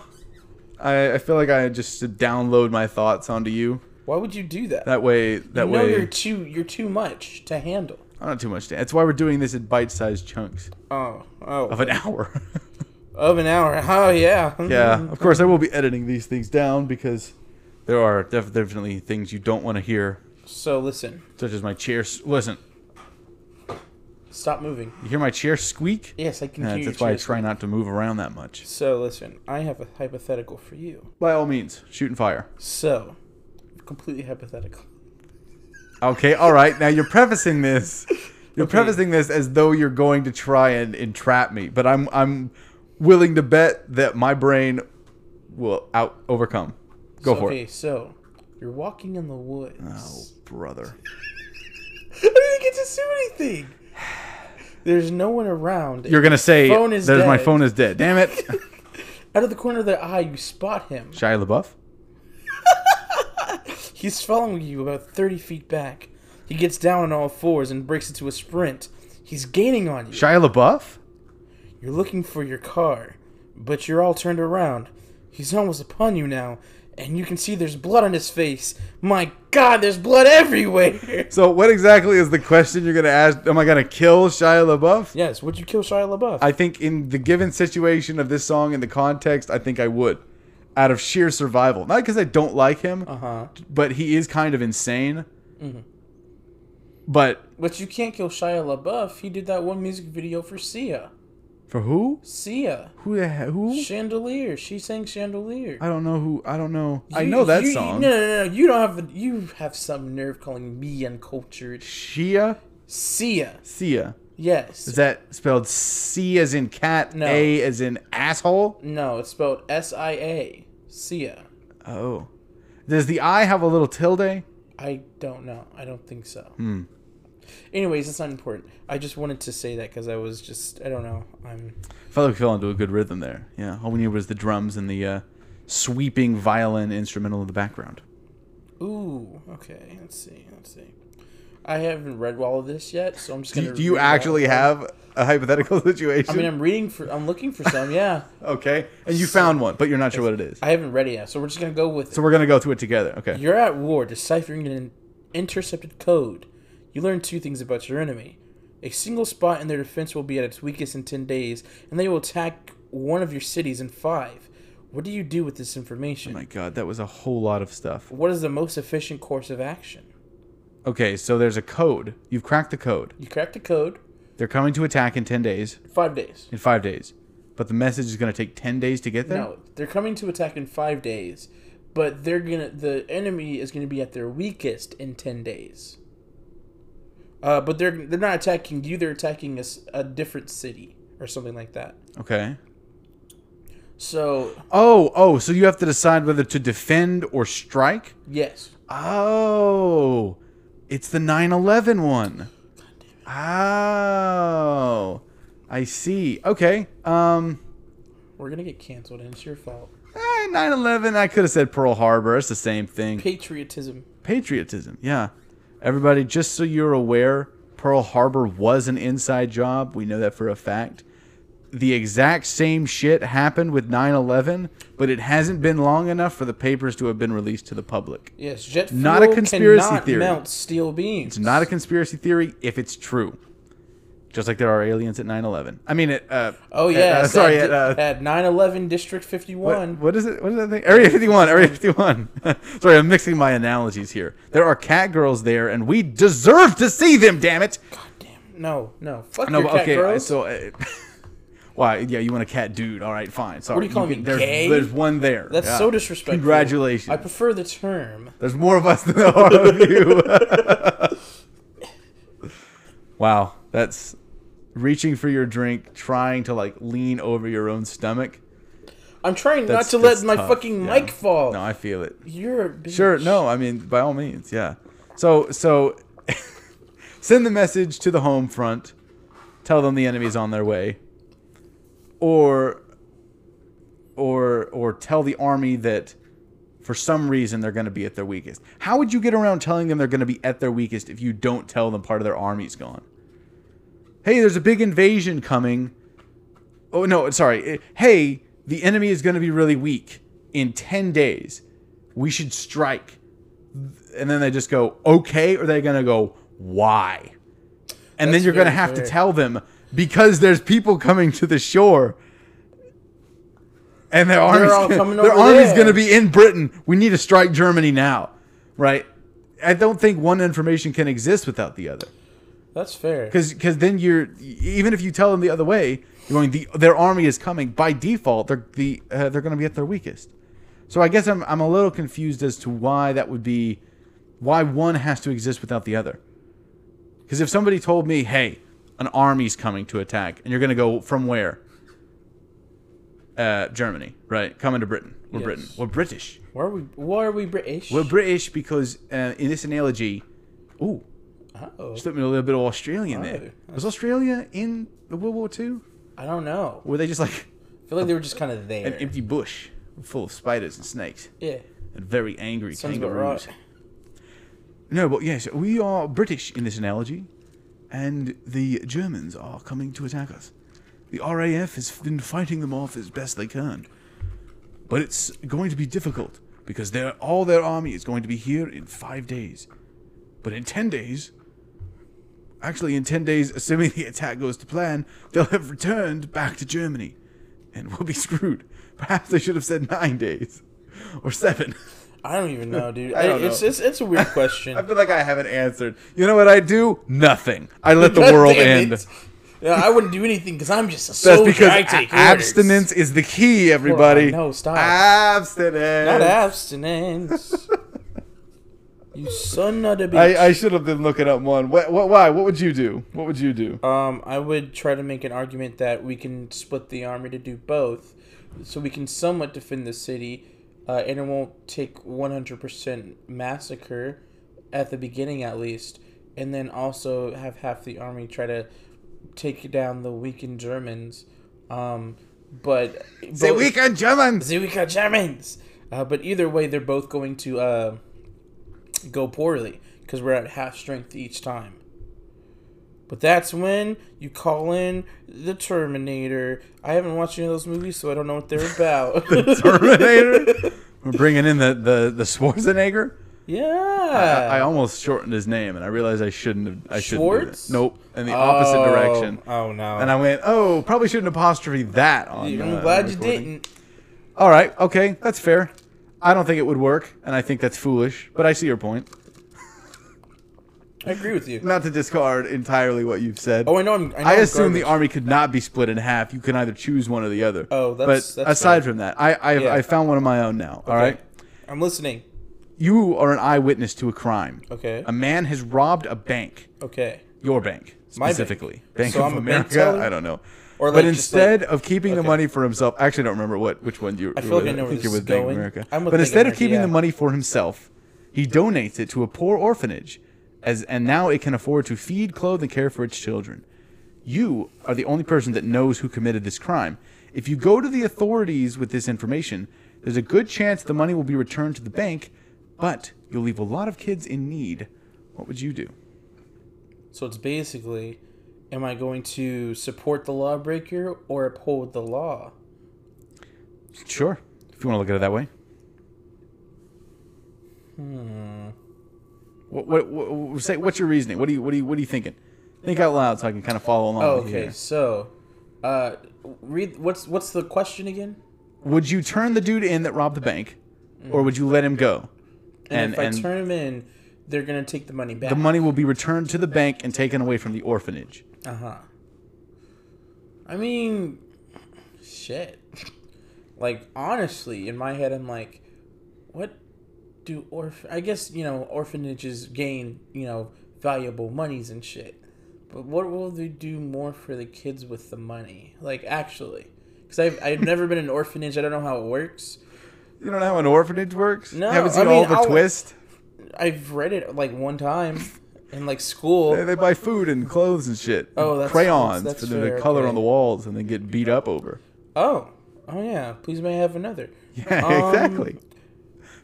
B: I, I feel like I just should download my thoughts onto you.
A: Why would you do that?
B: That way, that
A: you know
B: way,
A: you're too you're too much to handle.
B: I'm not too much. To, that's why we're doing this in bite-sized chunks
A: Oh, oh, of,
B: of an hour.
A: an hour. Oh yeah,
B: yeah. Of course, I will be editing these things down because there are def- definitely things you don't want to hear,
A: So listen,
B: such as my chair. s- Listen,
A: stop moving.
B: you hear my chair squeak?
A: Yes, I can
B: Yeah,
A: hear you.
B: that's why I
A: Chase.
B: try not to move around that much.
A: So listen, I have a hypothetical for you.
B: By all means, shoot and fire.
A: So, completely hypothetical.
B: Okay, all right. Now you're prefacing this. You're
A: Okay.
B: prefacing this as though you're going to try and entrap me, but I'm I'm willing to bet that my brain will out overcome. Go
A: so,
B: for
A: okay,
B: it.
A: so you're walking in the woods.
B: Oh, brother.
A: I didn't get to do anything. There's no one around.
B: You're gonna say
A: Phone is
B: there's my
A: dead.
B: phone is dead. Damn it,
A: Out of the corner of the eye, you spot him.
B: Shia LaBeouf.
A: He's following you about 30 feet back. He gets down on all fours and breaks into a sprint. He's gaining on you.
B: Shia LaBeouf.
A: You're looking for your car, but you're all turned around. He's almost upon you now, and you can see there's blood on his face. My god, there's blood everywhere!
B: So what exactly is the question you're gonna ask? Am I gonna kill Shia LaBeouf?
A: yes, would you kill Shia LaBeouf?
B: I think in the given situation of this song in the context, I think I would, out of sheer survival. Not because I don't like him,
A: huh.
B: but he is kind of insane.
A: Mm-hmm.
B: But
A: But you can't kill Shia LaBeouf. He did that one music video for Sia.
B: for who?
A: Sia.
B: Who? The he- who?
A: Chandelier. She sang Chandelier.
B: I don't know who. I don't know. I
A: You-
B: know that
A: you- you-
B: song.
A: No, no, no. You don't have. You have some nerve calling me uncultured.
B: Shia
A: Sia.
B: Sia.
A: Yes.
B: Is that spelled C as in cat,
A: No.
B: A as in asshole?
A: no, it's spelled S I A. Sia.
B: Oh. Does the I have a little tilde?
A: I don't know. I don't think so. Hmm. Anyways, it's not important. I just wanted to say that because I was just. I don't know. I'm.
B: Fellow fell into a good rhythm there. Yeah. All we needed was the drums and the uh, sweeping violin instrumental in the background.
A: Ooh. Okay. Let's see. Let's see. I haven't read all of this yet, so I'm just
B: Do,
A: gonna.
B: you- do you
A: read all
B: actually
A: of it.
B: have a hypothetical situation?
A: I mean, I'm reading for. I'm looking for some. Yeah.
B: okay. And you found one, but you're not sure what it is.
A: I haven't read it yet, so we're just gonna go with it.
B: So we're gonna go through it together. Okay.
A: You're at war deciphering an intercepted code. You learn two things about your enemy. A single spot in their defense will be at its weakest in 10 days, and they will attack one of your cities in 5. What do you do with this information?
B: Oh my god, that was a whole lot of stuff.
A: what is the most efficient course of action?
B: Okay, so there's a code. You've cracked the code.
A: You crack the code,
B: They're coming to attack in 10 days,
A: 5 days.
B: in 5 days. But the message is going to take 10 days to get there?
A: No, they're coming to attack in 5 days, but they're going to the enemy is going to be at their weakest in 10 days. Uh, but they're they're not attacking you. They're attacking a, s- a different city or something like that.
B: Okay.
A: So
B: Oh, oh, so you have to decide whether to defend or strike?
A: yes,
B: Oh, it's the 9/11 one. Oh, I see. Okay. Um,
A: we're gonna get canceled, and it's your fault.
B: eh, 9/11. I could have said Pearl Harbor. It's the same thing.
A: Patriotism.
B: Patriotism. Yeah. Everybody, just so you're aware, Pearl Harbor was an inside job. We know that for a fact. The exact same shit happened with 9/11, but it hasn't been long enough for the papers to have been released to the public.
A: Yes, jet fuel
B: Not a conspiracy
A: cannot
B: theory.
A: melt steel beams.
B: It's not a conspiracy theory if it's true. Just like there are aliens at 9/11. I mean, at, uh,
A: Oh
B: at,
A: yeah,
B: uh, sorry,
A: at,
B: at, uh,
A: at 9/11 District 51.
B: what, what is it? What is that thing? Area 51. Area 51. sorry, I'm mixing my analogies here. There are cat girls there, and we deserve to see them. Damn it!
A: Damn, no, no, fuck
B: No,
A: your
B: but
A: cat
B: okay.
A: girls.
B: So, uh, why? Yeah, you want a cat dude? All right, fine. Sorry.
A: do you call me,
B: there's,
A: gay?
B: there's one there.
A: That's
B: Yeah.
A: so disrespectful.
B: Congratulations.
A: I prefer the term.
B: There's more of us than there are of you. wow, that's reaching for your drink, trying to like lean over your own stomach.
A: I'm trying
B: That's-
A: not to let
B: that's
A: my
B: tough,
A: fucking
B: yeah.
A: mic fall.
B: No, I feel it.
A: You're a bitch.
B: Sure, no, I mean by all means, yeah. So so send the message to the home front, tell them the enemy's on their way. Or or or tell the army that for some reason they're going to be at their weakest. How would you get around telling them they're going to be at their weakest if you don't tell them part of their army's gone? Hey, there's a big invasion coming. Oh no, sorry. Eh, Hey, the enemy is going to be really weak in 10 days. We should strike. And then they just go, "Okay," or they're going to go, "Why?" And then
A: That's
B: you're going to
A: very
B: have
A: fair.
B: to tell them because there's people coming to the shore. And their army's,
A: all
B: gonna-
A: coming
B: their
A: over
B: army's
A: there.
B: going to be in Britain. We need to strike Germany now, right? I don't think one information can exist without the other,
A: That's fair.
B: because then you're even if you tell them the other way, you're going the their army is coming by default. They're the uh, they're going to be at their weakest. So I guess I'm I'm a little confused as to why that would be, why one has to exist without the other. Because if somebody told me, hey, an army's coming to attack, and you're going to go from where? Uh, Germany, right? Coming to Britain. We're
A: Yes.
B: Britain. We're British.
A: Why are we? Why are we British?
B: We're British because uh, in this analogy, ooh,
A: oh,
B: slipped me a little bit of Australian there.
A: Oh.
B: Was Australia in the World War II?
A: I don't know.
B: Were they just like
A: I feel like they were just kind of there.
B: an empty bush full of spiders and snakes
A: yeah,
B: and very angry
A: sounds about
B: kangaroos?
A: right.
B: No, but yes, we are British in this analogy, and the Germans are coming to attack us. The RAF has been fighting them off as best they can, but it's going to be difficult because their all their army is going to be here in five days. But in ten days, actually in ten days, assuming the attack goes to plan, they'll have returned back to Germany, and we'll be screwed. Perhaps they should have said nine days, or seven.
A: I don't even know, dude.
B: I don't
A: it's,
B: know.
A: it's it's a weird question.
B: I feel like I haven't answered. You know what I do? Nothing. I let the world end.
A: That's I wouldn't do anything because I'm just a
B: That's
A: soldier.
B: because
A: I take orders.
B: a- abstinence is the key, everybody.
A: no, stop.
B: Abstinence.
A: Not abstinence. you son of a bitch.
B: I, I should have been looking up one. What, what, why? What would you do? What would you do?
A: Um, I would try to make an argument that we can split the army to do both, so we can somewhat defend the city, uh, and it won't take 100% massacre, at the beginning at least, and then also have half the army try to take down the weakened Germans. Um, but
B: Say
A: both-
B: weekend Germans.
A: the weakened Germans. Uh, but either way, they're both going to uh, go poorly because we're at half strength each time. But that's when you call in the Terminator. I haven't watched any of those movies, so I don't know what they're about.
B: Terminator. We're bringing in the the, the Schwarzenegger. I, I
A: yeah.
B: almost shortened his name, and I realized I shouldn't have. I shouldn't. do
A: Schwartz?
B: that. Nope. In the opposite
A: Oh,
B: direction.
A: Oh no.
B: And I went, oh, probably shouldn't apostrophe that on.
A: I'm
B: uh,
A: glad you
B: recording.
A: didn't.
B: All right, okay, that's fair. I don't think it would work, and I think that's foolish, but I see your point.
A: I agree with you.
B: Not to discard entirely what you've said.
A: Oh, I know. I'm, I, know
B: I
A: I'm
B: assume the
A: garbage.
B: army could not be split in half. You can either choose one or the other.
A: Oh, that's-
B: But
A: that's
B: aside from that, I I,
A: Yeah.
B: I found one of my own now. All right.
A: I'm listening.
B: you are an eyewitness to a crime.
A: Okay.
B: A man has robbed a bank,
A: Okay.
B: your bank
A: My bank.
B: specifically, Bank,
A: So
B: of
A: I'm a bank
B: America.
A: teller?
B: I don't know.
A: Or,
B: but
A: like, just, like-
B: instead of keeping the
A: Okay.
B: money for himself, actually, I don't remember what which one you. I
A: feel like I know where this
B: think you're
A: is
B: with Bank of
A: going.
B: America.
A: I'm with
B: but
A: Bank of
B: instead of
A: America,
B: keeping the
A: yeah.
B: money for himself, he donates it to a poor orphanage, as and now it can afford to feed, clothe, and care for its children. You are the only person that knows who committed this crime. If you go to the authorities with this information, there's a good chance the money will be returned to the bank, but you'll leave a lot of kids in need. What would you do?
A: So it's basically, am I going to support the lawbreaker or uphold the law?
B: Sure, if you want to look at it that way. Hmm. What, what, what, what- say, what's your reasoning? What do you what do you what are you thinking? Think out loud so I can kind of follow along.
A: Oh,
B: with you
A: okay.
B: here.
A: So, uh, read what's what's the question again?
B: Would you turn the dude in that robbed the bank, or would you let him go?
A: And, if I turn him in, they're gonna take the money back.
B: the money will be returned to the bank and taken away from the orphanage.
A: Uh huh. I mean, shit. Like honestly, in my head, I'm like, what do orph? I guess you know orphanages gain you know valuable monies and shit. But what will they do more for the kids with the money? Like actually, because I've I've never been in an orphanage. I don't know how it works.
B: You don't know how an orphanage works?
A: No,
B: haven't seen
A: I mean,
B: all the
A: I'll-
B: twist.
A: I've read it like one time in like school.
B: They, they buy food and clothes and shit.
A: Oh,
B: and
A: that's-
B: crayons
A: that's- that's
B: for them
A: fair,
B: to color
A: okay.
B: on the walls and then get beat up over.
A: Oh, oh yeah. Please may I have another.
B: Yeah,
A: Um,
B: exactly.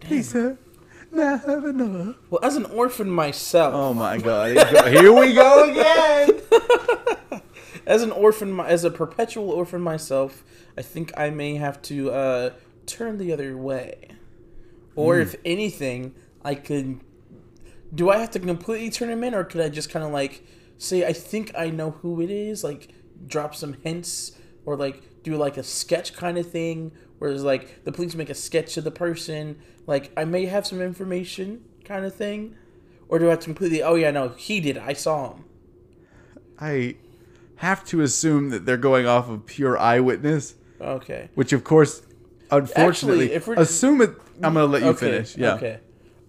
B: Please, sir. Now have another.
A: Well, as an orphan myself.
B: Oh my god. Here we go again.
A: as an orphan, my- as a perpetual orphan myself, I think I may have to uh, turn the other way. Or if anything, I could. Do I have to completely turn him in, or could I just kind of like say I think I know who it is, like drop some hints, or like do like a sketch kind of thing, where it's like the police make a sketch of the person, like I may have some information kind of thing, or do I have to completely? Oh yeah, no, he did. it. I saw him.
B: I have to assume that they're going off of pure eyewitness,
A: Okay.
B: which of course unfortunately
A: Actually, if we're-
B: assume it I'm going to let you finish. Yeah.
A: Okay.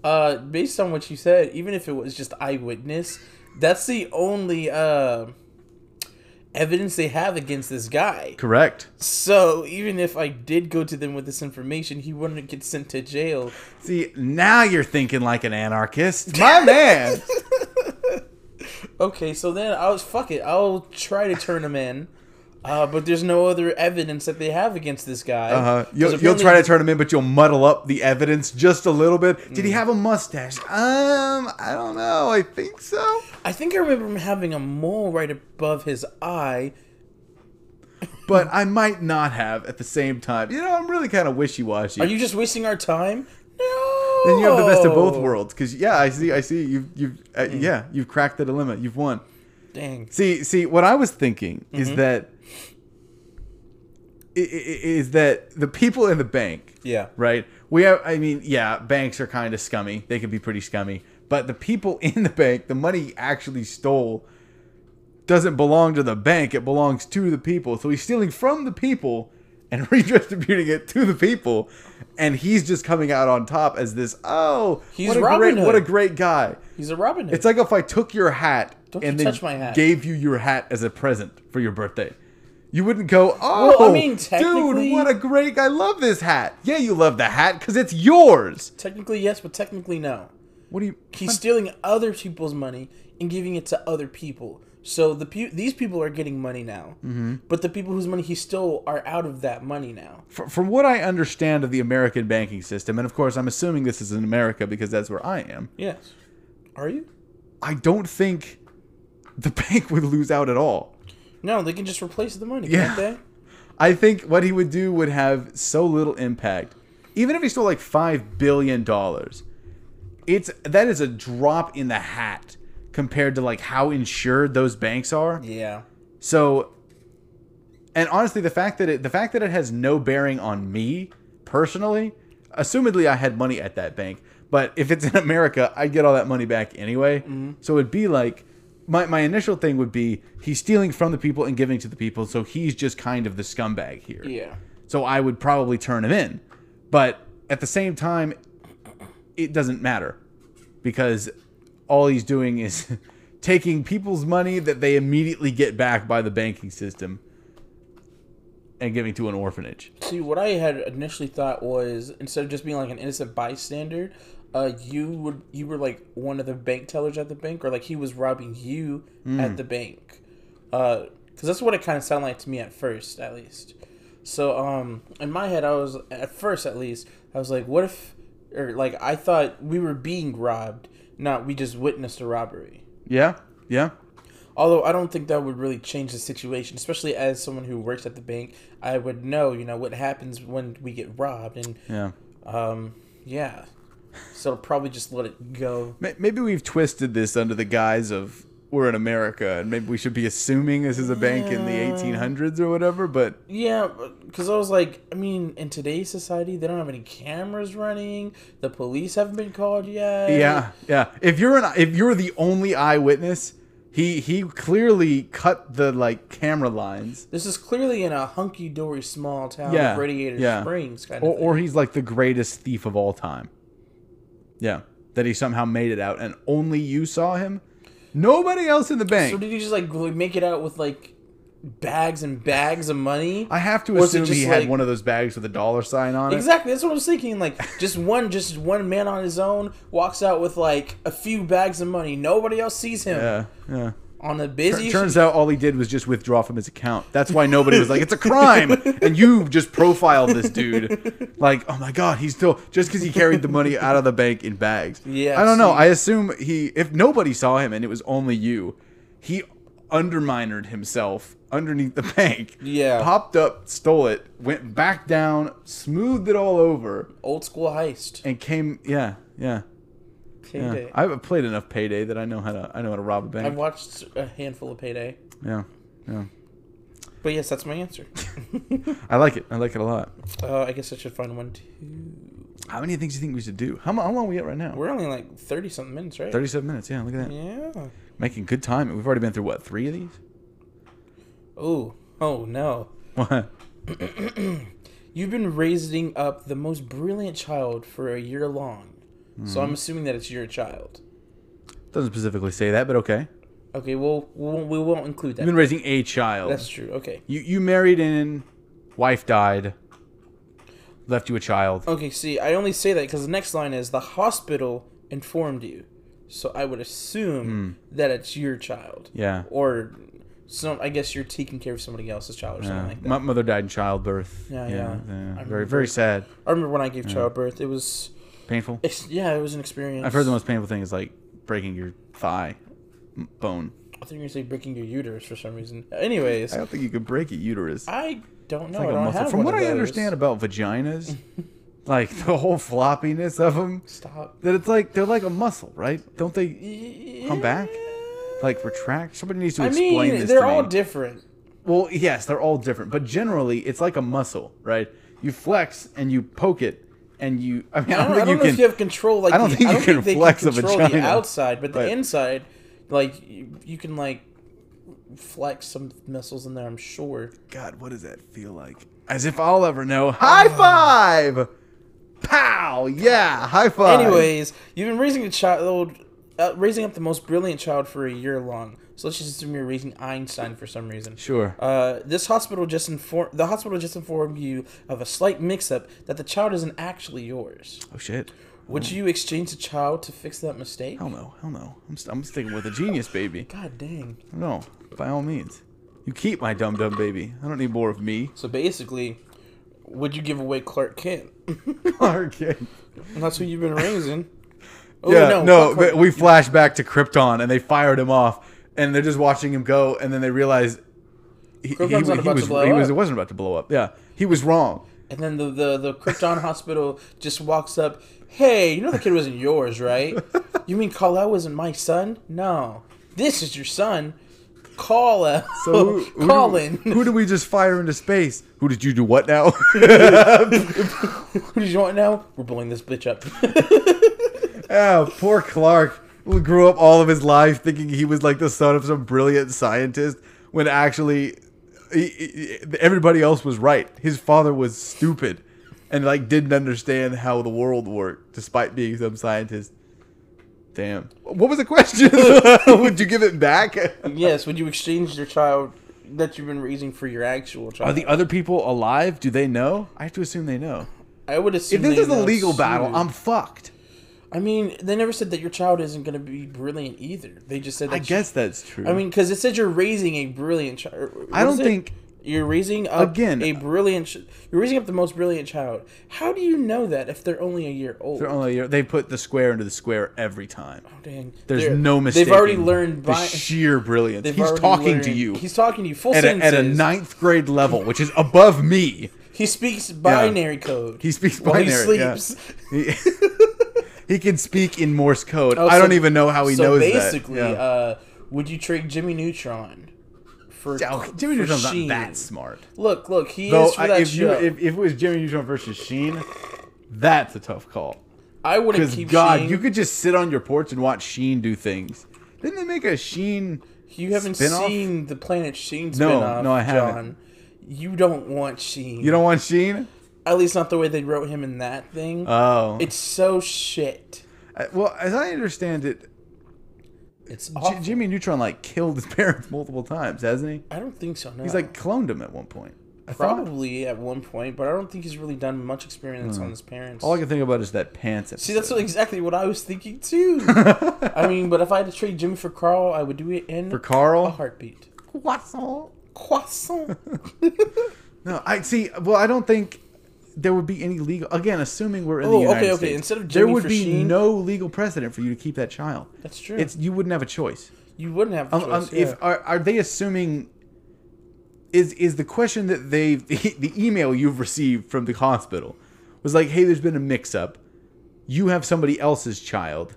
A: Uh, based on what you said, even if it was just eyewitness, that's the only uh, evidence they have against this guy.
B: Correct.
A: So even if I did go to them with this information, he wouldn't get sent to jail.
B: See, now you're thinking like an anarchist. My man.
A: Okay, so then I was fuck it. I'll try to turn him in. Uh, but there's no other evidence that they have against this guy.
B: Uh,
A: 'Cause
B: you'll, you'll
A: apparently-
B: try to turn him in, but you'll muddle up the evidence just a little bit.
A: Mm.
B: Did he have a mustache? Um, I don't know. I think so.
A: I think I remember him having a mole right above his eye.
B: but I might not have at the same time. You know, I'm really kind of wishy washy.
A: Are you just wasting our time? No.
B: Then you have the best of
A: Oh.
B: both worlds, because yeah, I see, I see, you've, you've, uh,
A: Hmm.
B: yeah, you've cracked the dilemma. You've won.
A: Dang.
B: See, see, what I was thinking
A: Mm-hmm.
B: is that i- i- i- is that the people in the bank,
A: Yeah.
B: right? We have, I mean, yeah, banks are kind of scummy. They can be pretty scummy, but the people in the bank, the money he actually stole, doesn't belong to the bank. It belongs to the people. So he's stealing from the people and redistributing it to the people, and he's just coming out on top as this. Oh,
A: He's
B: what a
A: Robin
B: great, what a
A: Hood.
B: great guy.
A: He's a Robin Hood.
B: It's like if I took your hat
A: Don't
B: and
A: you
B: then
A: touch my hat.
B: gave you your hat as a present for your birthday. You wouldn't go, oh,
A: I mean,
B: dude,
A: technically-
B: what a great, I love this hat. Yeah, you love the hat because it's yours.
A: technically yes, but technically no.
B: What do you,
A: He's stealing other people's money and giving it to other people. So the pe- these people are getting money now, mm-hmm. but the people whose money he stole are out of that money now.
B: fr- from what I understand of the American banking system, and of course, I'm assuming this is in America because that's where I am,
A: Yes. Are you?
B: I don't think the bank would lose out at all.
A: No, they can just replace the money,
B: Yeah.
A: can't they?
B: I think what he would do would have so little impact. Even if he stole like five billion dollars, it's that is a drop in the hat compared to like how insured those banks are.
A: Yeah.
B: So, and honestly, the fact that it the fact that it has no bearing on me personally, assumedly I had money at that bank, but if it's in America, I'd get all that money back anyway. So it'd be like my my initial thing would be he's stealing from the people and giving to the people, so he's just kind of the scumbag here.
A: Yeah.
B: So I would probably turn him in. But at the same time, it doesn't matter because all he's doing is taking people's money that they immediately get back by the banking system and giving to an orphanage.
A: See, what I had initially thought was instead of just being like an innocent bystander, uh, you would you were like one of the bank tellers at the bank, or like he was robbing you at the bank, because that's what it kind of sounded like to me at first, at least. So, um, in my head, I was at first, at least, I was like, what if, or like I thought we were being robbed, not we just witnessed a robbery.
B: Yeah, yeah.
A: Although I don't think that would really change the situation, especially as someone who works at the bank, I would know, you know, what happens when we get robbed, and
B: Yeah.
A: um, yeah. So I'll probably just let it go.
B: May- Maybe we've twisted this under the guise of we're in America and maybe we should be assuming this is a bank in the 1800s or whatever, but
A: Yeah, because I was like, I mean, in today's society, they don't have any cameras running. The police haven't been called yet.
B: yeah, yeah. If you're an if you're the only eyewitness, he he clearly cut the like camera lines.
A: This is clearly in a hunky dory small town,
B: Yeah,
A: of Radiator
B: yeah.
A: Springs kind
B: Or
A: of thing.
B: or he's like the greatest thief of all time. Yeah, that he somehow made it out and only you saw him. Nobody else in the
A: so
B: bank.
A: did he just like gl- make it out with like bags and bags of money?
B: I have to
A: Or is it
B: assume he
A: just
B: had
A: like-
B: one of those bags with a dollar sign on it.
A: Exactly, that's what I was thinking. Like, just one, just one man on his own walks out with like a few bags of money. Nobody else sees him
B: Yeah, yeah.
A: on a busy.
B: Turns out all he did was just withdraw from his account. That's why nobody was like, "It's a crime," and you just profiled this dude. Like, oh my god, he's still just because he carried the money out of the bank in bags.
A: Yeah,
B: I don't know.
A: see.
B: I assume he, if nobody saw him and it was only you, he undermined himself underneath the bank.
A: Yeah.
B: popped up, stole it, went back down, smoothed it all over,
A: old school heist.
B: and came. Yeah, yeah. yeah.
A: Payday.
B: I've played enough payday that I know how to. I know how to rob a
A: I
B: bank.
A: watched a handful of Payday.
B: yeah, yeah.
A: But yes, that's my answer.
B: I like it. I like it a lot.
A: uh, I guess I should find one too.
B: How many things do you think we should do? How, mo- how long are we at right now?
A: We're Mm-hmm. only like thirty something minutes, right?
B: 37 minutes. Yeah, look at that.
A: Yeah.
B: Making good time. We've already been through, what, three of these?
A: Oh. Oh no.
B: What?
A: You've been raising up the most brilliant child for a year long. So
B: Hmm.
A: I'm assuming that it's your child.
B: Doesn't specifically say that, but okay.
A: Okay, well, we won't, we won't include
B: You've been
A: that.
B: raising a child.
A: That's true. Okay.
B: You, you married in, wife died, left you a child.
A: Okay, see, I only say that because the next line is the hospital informed you. So I would assume that it's your child.
B: Hmm. Yeah.
A: Or some, I guess you're taking care of somebody else's child or something
B: Yeah.
A: like that.
B: My mother died in childbirth.
A: Yeah, yeah. I
B: Very,
A: remember.
B: very sad.
A: I remember when I gave childbirth, it was,
B: Painful.
A: it's, yeah, it was an experience.
B: I've heard the most painful thing is like breaking your thigh m- bone.
A: I think you're gonna say breaking your uterus for some reason. Anyways,
B: I don't think you could break a uterus.
A: I don't know.
B: like
A: Oh, I
B: a
A: don't
B: muscle.
A: have
B: From
A: one
B: what
A: of
B: I
A: those.
B: understand about vaginas, like the whole floppiness of them,
A: stop.
B: that it's like they're like a muscle, right? Don't they
A: Come
B: back? like retract? Somebody needs to
A: I
B: explain
A: mean,
B: this.
A: they're
B: to
A: all
B: me.
A: different.
B: well, yes, they're all different, but generally it's like a muscle, right? You flex and you poke it, and you. I mean, I
A: I don't,
B: don't,
A: I don't know if
B: think you
A: you
B: can.
A: have control. Like
B: I don't
A: the-
B: think you
A: don't
B: can
A: they
B: flex a
A: control the
B: vagina,
A: outside, but the
B: but-
A: inside, like you, you can like flex some muscles in there. I'm sure.
B: God, what does that feel like? As if I'll ever know. High five! Pow! Yeah, high five.
A: Anyways, you've been raising a child, uh, raising up the most brilliant child for a year long. So let's just assume you're raising Einstein for some reason.
B: Sure.
A: Uh, this hospital just inform the hospital just informed you of a slight mix-up that the child isn't actually yours.
B: oh shit.
A: Would you exchange the child to fix that mistake?
B: Hell no. Hell no. I'm, st- I'm sticking with a genius, baby.
A: God dang.
B: No, by all means. You keep my dumb dumb baby. I don't need more of me.
A: So basically, would you give away Clark Kent?
B: Clark Kent.
A: And that's who you've been raising. Oh,
B: Yeah, no,
A: fuck
B: but
A: Clark-
B: we flash back to Krypton and they fired him off and they're just watching him go and then they realize he, he,
A: Krypton's not
B: he
A: about to
B: was,
A: blow
B: he was,
A: up.
B: wasn't about to blow up. Yeah, he was wrong.
A: and then the, the, the Krypton hospital just walks up. Hey, you know the kid wasn't yours, right? You mean Kal-El wasn't my son? No. This is your son. Call out.
B: So who- who,
A: Oh, Colin.
B: Do, who do we just fire into space? Who did you do what now?
A: Who do you want now? We're blowing this bitch up.
B: oh, poor Clark. Who grew up all of his life thinking he was like the son of some brilliant scientist when actually he, he- everybody else was right. His father was stupid. and like didn't understand how the world worked despite being some scientist. Damn. What was the question? Would you give it back?
A: Yes, would you exchange your child that you've been raising for your actual
B: Are
A: child?
B: the other people alive? Do they know? I have to assume they know.
A: I would assume
B: If this
A: they
B: is a
A: know
B: legal battle,
A: soon.
B: I'm fucked.
A: I mean, they never said that your child isn't going to be brilliant either. They just said that.
B: I
A: you-
B: guess that's true.
A: I mean, because it said you're raising a brilliant child.
B: I don't think-
A: you're raising up
B: Again- uh,
A: a brilliant. Ch- you're raising up the most brilliant child. How do you know that if they're only a year old?
B: They're only- they put the square into the square every time.
A: Dang.
B: There's
A: They're-
B: no mistake.
A: They've already learned.
B: the
A: By,
B: sheer brilliance.
A: they've
B: He's
A: already
B: talking to
A: learned-
B: you
A: He's talking to you. Full
B: at a, at a
A: sentences.
B: ninth grade level, which is above me.
A: He speaks binary code.
B: He speaks
A: while
B: binary. yeah.
A: He sleeps.
B: He can speak in Morse code.
A: Oh,
B: I don't
A: so-
B: even know how he
A: so
B: knows
A: basically,
B: that. Yeah.
A: uh, would you trade Jimmy Neutron for
B: Oh, Jimmy
A: for
B: Neutron's not
A: Sheen?
B: that smart.
A: Look, look, he
B: Though,
A: is for
B: I,
A: that
B: if, you,
A: show.
B: if, if it was Jimmy Neutron versus Sheen, that's a tough call.
A: I wouldn't
B: Because
A: keep
B: God,
A: Sheen.
B: you could just sit on your porch and watch Sheen do things. Didn't they make a Sheen?
A: You haven't
B: Spin-off?
A: seen the Planet Sheen
B: No,
A: spin-off,
B: no, I haven't.
A: John. You don't want Sheen.
B: You don't want Sheen?
A: At least not the way they wrote him in that thing.
B: Oh,
A: it's so shit.
B: I- well, as I understand it,
A: It's
B: J-
A: awful.
B: Jimmy Neutron like killed his parents multiple times, hasn't he?
A: I don't think so. No.
B: He's like cloned him at one point. I thought.
A: probably at one point, but I don't think he's really done much experience on his parents.
B: Hmm. All I can think about is that pants.
A: See, that's
B: episode.
A: exactly what I was thinking too. I mean, but if I had to trade Jimmy for Carl, I would do it in
B: for Carl.
A: a heartbeat.
B: Croissant.
A: Croissant.
B: No, I see. Well, I don't think there would be any legal. Again, assuming we're in the
A: Oh,
B: United
A: okay, okay,
B: States,
A: instead of
B: there
A: Jimmy
B: would
A: for
B: be
A: Sheen-
B: no legal precedent for you to keep that child.
A: That's true.
B: It's you wouldn't have a choice.
A: you wouldn't have the
B: Um, um,
A: choice. yeah.
B: If are, are they assuming? Is is the question that they the, the email you've received from the hospital was like, hey, there's been a mix-up. You have somebody else's child,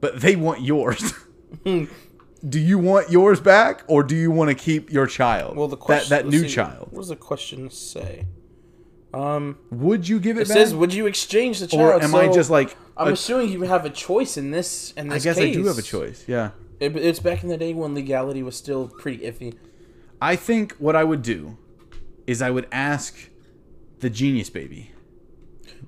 B: but they want yours. do you want yours back, or do you want to keep your child?
A: well, the question
B: that, that
A: let's
B: new
A: see,
B: child.
A: What does the question say? Um,
B: Would you give it,
A: it
B: back?
A: says, "Would you exchange the
B: or
A: child?"
B: am I
A: So,
B: just like
A: I'm
B: a-
A: assuming you have a choice in this. In
B: I
A: this
B: guess I do have a
A: case.
B: choice. Yeah.
A: It, it's back in the day when legality was still pretty iffy.
B: I think what I would do is I would ask the genius baby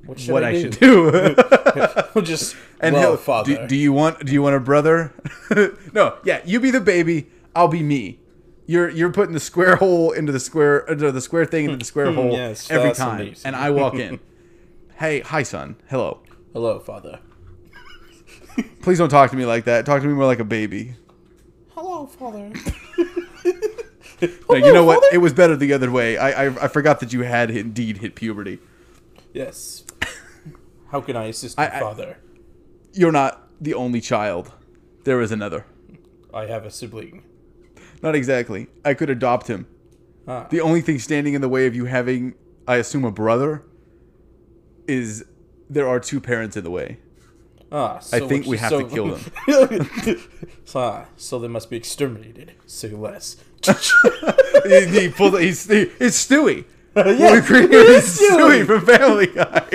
A: What should
B: what
A: I,
B: I,
A: do?
B: should do.
A: Just
B: and
A: well,
B: he'll-
A: father.
B: Do, do you want do you want a brother? no, yeah, you be the baby, I'll be me. You're you're putting the square hole into the square into the square thing into the square hole
A: Hmm. Yes,
B: every
A: that's
B: time.
A: amazing.
B: And I walk in. hey, hi son. Hello.
A: Hello, father.
B: Please don't talk to me like that. Talk to me more like a baby.
A: Hello, father. Oh,
B: No, you know what? It was better the other way. I, I I forgot that you had indeed hit puberty.
A: Yes. How can I assist
B: I-
A: my
B: I-
A: father?
B: You're not the only child. There is another.
A: I have a sibling.
B: Not exactly. I could adopt him.
A: Ah.
B: The only thing standing in the way of you having, I assume, a brother is there are two parents in the way.
A: Ah, so
B: think
A: what
B: we
A: you-
B: have
A: so,
B: to kill
A: them. ah, so they must be exterminated. Say less.
B: he, he pulled, he's, he, it's Stewie.
A: yeah,
B: Roy Creamer
A: it
B: is
A: is
B: Stewie.
A: Stewie.
B: from Family Guy.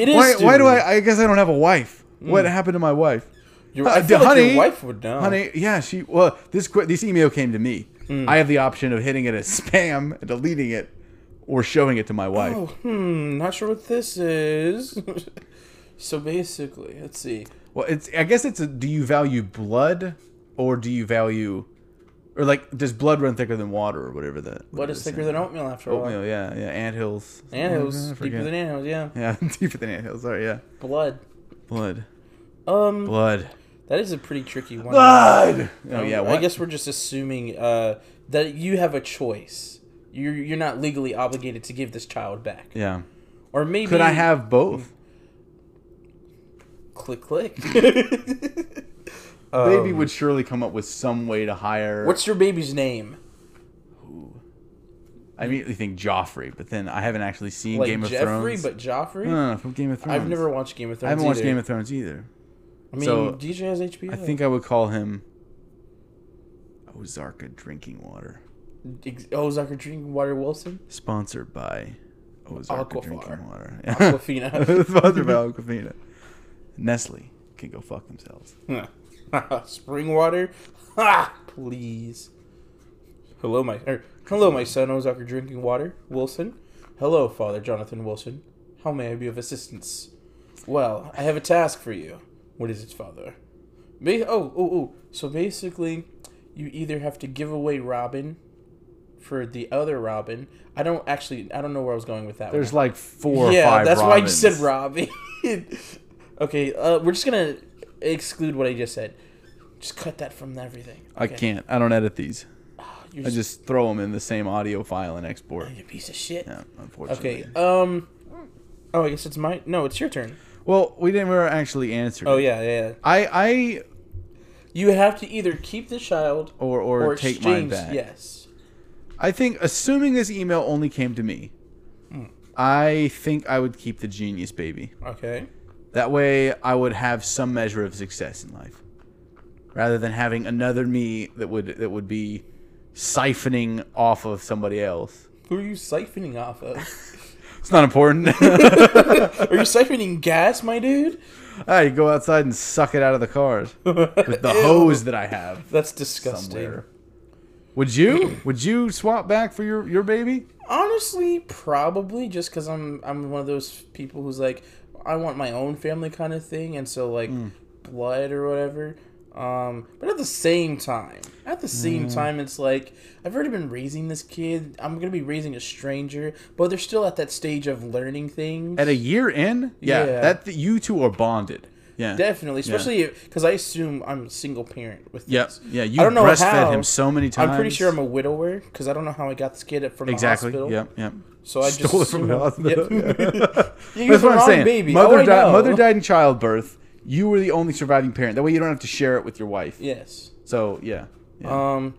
A: It is.
B: Why, why do
A: Stewie. Mm.
B: I? I guess I don't have a wife. What happened to my wife?
A: Your, I
B: Uh,
A: feel like
B: honey,
A: your wife would know.
B: Honey, yeah, she. Well, this que- this email came to me.
A: Mm.
B: I have the option of hitting it as spam and deleting it, or showing it to my wife.
A: Oh, hmm. Not sure what this is. so basically, let's see.
B: Well, it's. I guess it's. A, do you value blood, or do you value, or like, does blood run thicker than water, or whatever that?
A: What
B: whatever
A: is
B: the
A: thicker
B: saying
A: than oatmeal after all?
B: Oatmeal, yeah, yeah, anthills. something like that, I
A: Anthills. deeper
B: forget.
A: than anthills, yeah.
B: Yeah, deeper than anthills. Sorry, yeah.
A: Blood.
B: Blood,
A: Um,
B: blood,
A: that is a pretty tricky one.
B: blood. Oh yeah,
A: Um, I
B: what?
A: guess we're just assuming uh, that you have a choice. You're you're not legally obligated to give this child back,
B: Yeah.
A: or maybe
B: Could I have both?
A: click click?
B: Baby would surely come up with some way to hire.
A: um, What's your baby's name?
B: I immediately think Joffrey, but then I haven't actually seen
A: Like
B: Game of
A: Jeffrey,
B: Thrones.
A: but Joffrey.
B: no, no, no, from Game of Thrones.
A: I've never watched Game of Thrones.
B: I haven't watched
A: either.
B: Game of Thrones either.
A: I mean,
B: so,
A: DJ has HBO.
B: I think I would call him Ozarka Drinking Water.
A: Ex- Ozark are drinking water. Wilson,
B: Sponsored by Ozarka
A: Aquafar.
B: Drinking Water.
A: Aquafina.
B: Sponsored by Aquafina. Nestle can go fuck themselves.
A: spring water. Ha! Please. Hello, my er, hello, my son. Ozark are drinking water. Wilson, Hello, Father Jonathan Wilson. How may I be of assistance? Well, I have a task for you. What is it, Father? Ba- oh, oh, oh. So basically, you either have to give away Robin for the other Robin. I don't actually. I don't know where I was going with that.
B: There's
A: one.
B: like four or
A: yeah,
B: five.
A: that's why you said
B: Robins.
A: Robin. okay, uh, we're just gonna exclude what I just said. Just cut that from everything.
B: I
A: okay?
B: can't. I don't edit these.
A: You're
B: I
A: just,
B: just throw them in the same audio file and export.
A: you piece of shit.
B: Ah, Yeah, unfortunately.
A: Okay. Um. Oh, I guess it's my. No, it's your turn.
B: Well, we didn't ever actually answer.
A: Oh
B: it.
A: yeah, yeah. yeah.
B: I I
A: You have to either keep the child
B: or or,
A: or,
B: take mine
A: exchange.
B: back.
A: Yes.
B: I think assuming this email only came to me, I think I would keep the genius baby.
A: Okay.
B: That way, I would have some measure of success in life, rather than having another me that would that would be siphoning off of somebody else.
A: Who are you siphoning off of?
B: It's not important.
A: are you siphoning gas, my dude?
B: I go outside and suck it out of the cars with the hose that I have
A: That's disgusting.
B: somewhere. Would you? Would you swap back for your your baby?
A: Honestly, probably just because I'm I'm one of those people who's like I want my own family kind of thing, and so like
B: Mm.
A: blood or whatever. Um, but at the same time, at the
B: Mm.
A: same time, it's like I've already been raising this kid. I'm gonna be raising a stranger, but they're still at that stage of learning things.
B: At a year in? Yeah.
A: Yeah.
B: That th- you two are bonded. Yeah.
A: Definitely, especially because I assume I'm a single parent with
B: Yep.
A: this.
B: Yeah. You
A: I don't know
B: breastfed
A: how.
B: him so many times.
A: I'm pretty sure I'm a widower because I don't know how I got this kid from
B: exactly.
A: the hospital.
B: Yep. Yep.
A: So I
B: Stole it
A: just
B: from the
A: assume-
B: hospital.
A: Yep. Yeah, you
B: That's
A: were
B: what I'm
A: wrong,
B: saying.
A: baby. How
B: Mother
A: I
B: died.
A: know?
B: Mother died in childbirth. You were the only surviving parent. That way, you don't have to share it with your wife.
A: Yes.
B: So yeah. yeah.
A: Um,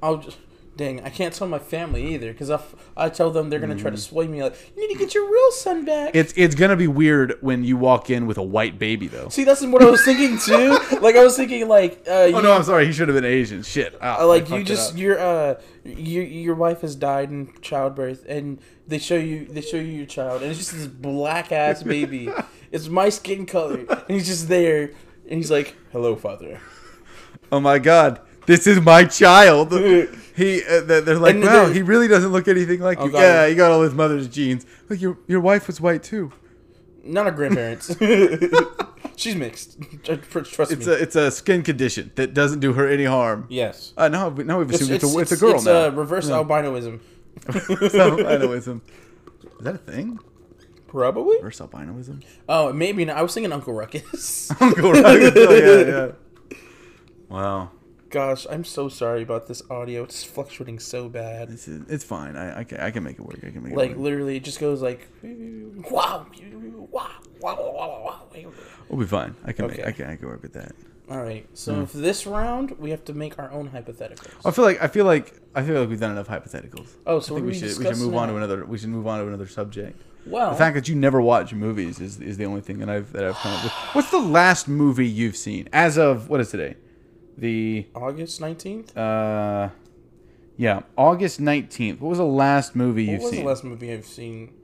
A: I'll just. Dang, I can't tell my family either because if I tell them they're gonna try
B: Mm-hmm.
A: to sway me, like you need to get your real son back.
B: it's it's gonna be weird when you walk in with a white baby though.
A: See, that's what I was thinking too. like I was thinking, like, uh, you,
B: Oh no, I'm sorry. He should have been Asian. Shit. Ah,
A: uh, like
B: I
A: you
B: fucked it
A: just
B: up.
A: your uh, your your wife has died in childbirth, and they show you they show you your child, and it's just this black ass baby. it's my skin color, and he's just there, and he's like, "Hello, father."
B: Oh my god. This is my child. He, uh, they're they're like,
A: And
B: wow,
A: they're-
B: he really doesn't look anything like you.
A: God.
B: Yeah, he got all his mother's genes. Look, your your wife was white too.
A: Not our grandparents. She's mixed. Trust
B: It's
A: me.
B: a it's a skin condition that doesn't do her any harm.
A: yes.
B: Uh, now, we- now we've assumed it's, a, it's, a
A: it's-
B: girl
A: it's
B: now.
A: uh, reverse albinoism.
B: It's albinoism. Is that a thing?
A: Probably.
B: Reverse albinoism?
A: Oh, maybe not. I was thinking Uncle Ruckus.
B: Uncle Ruckus. Oh, yeah, yeah. Wow.
A: Gosh, I'm so sorry about this audio. It's fluctuating so bad.
B: It's, it's fine. I, I, can, I can make it work. I can make it
A: Like
B: work.
A: literally, it just goes like, wow, wow, wow, wow, wow.
B: We'll be fine. I can, make,
A: Okay.
B: I can, I can work with that.
A: All right. So
B: Hmm.
A: for this round, we have to make our own hypotheticals.
B: I feel like I feel like I feel like we've done enough hypotheticals.
A: Oh, so
B: I think
A: what
B: we
A: are we
B: should we should
A: discussing
B: move on to
A: now?
B: another we should move on to another subject.
A: Well,
B: The fact that you never watch movies is, is the only thing that I've that I've come up with. What's the last movie you've seen as of what is today? The
A: August 19th.
B: uh, yeah, August nineteenth. What was the last movie
A: What
B: you've
A: was
B: seen?
A: the last movie I've seen?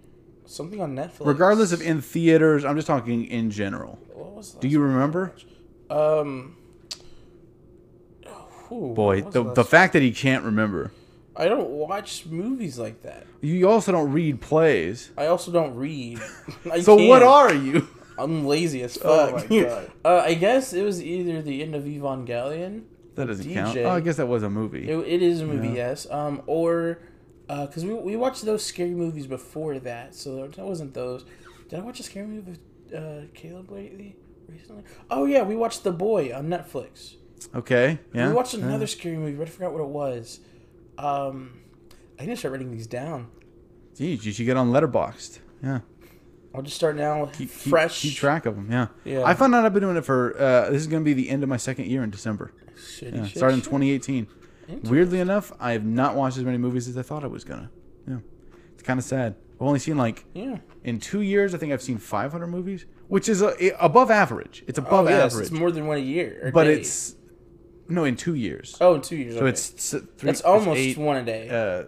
A: Something on Netflix.
B: Regardless of in theaters, I'm just talking in general.
A: What was the
B: Do you remember?
A: last- um. whew,
B: Boy,
A: what was
B: the,
A: last
B: the fact that he can't remember.
A: I don't watch movies like that.
B: You also don't read plays.
A: I also don't read. I
B: So what
A: can't.
B: are you?
A: I'm lazy as fuck.
B: Oh my God.
A: uh, I guess it was either the end of Evangelion.
B: That doesn't
A: DJ.
B: count. Oh, I guess that was a movie.
A: It, it is a movie, yes. Um, or because we we watched those scary movies before that, so that wasn't those. Did I watch a scary movie with uh, Caleb lately? Recently? Oh yeah, we watched The Boy on Netflix.
B: Okay. Yeah.
A: We watched
B: yeah.
A: another scary movie, but I forgot what it was. Um, I need to start writing these down.
B: Geez, you should get on Letterboxd. Yeah.
A: I'll just start now,
B: Keep-
A: fresh.
B: Keep track of them. Yeah.
A: Yeah.
B: I found out I've been doing it for. Uh, this is going to be the end of my second year in December.
A: Shitty
B: Yeah.
A: shit,
B: Started in
A: shit.
B: 2018. Weirdly enough, I have not watched as many movies as I thought I was gonna. Yeah. It's kind of sad. I've only seen like
A: Yeah.
B: in two years. I think I've seen 500 movies, which is a, i- above average. It's above
A: Oh, yes,
B: average.
A: it's more than one a year. or
B: but
A: day.
B: it's no in two years.
A: oh, in two years.
B: So it's s- three.
A: that's almost
B: it's eight,
A: one a day.
B: uh,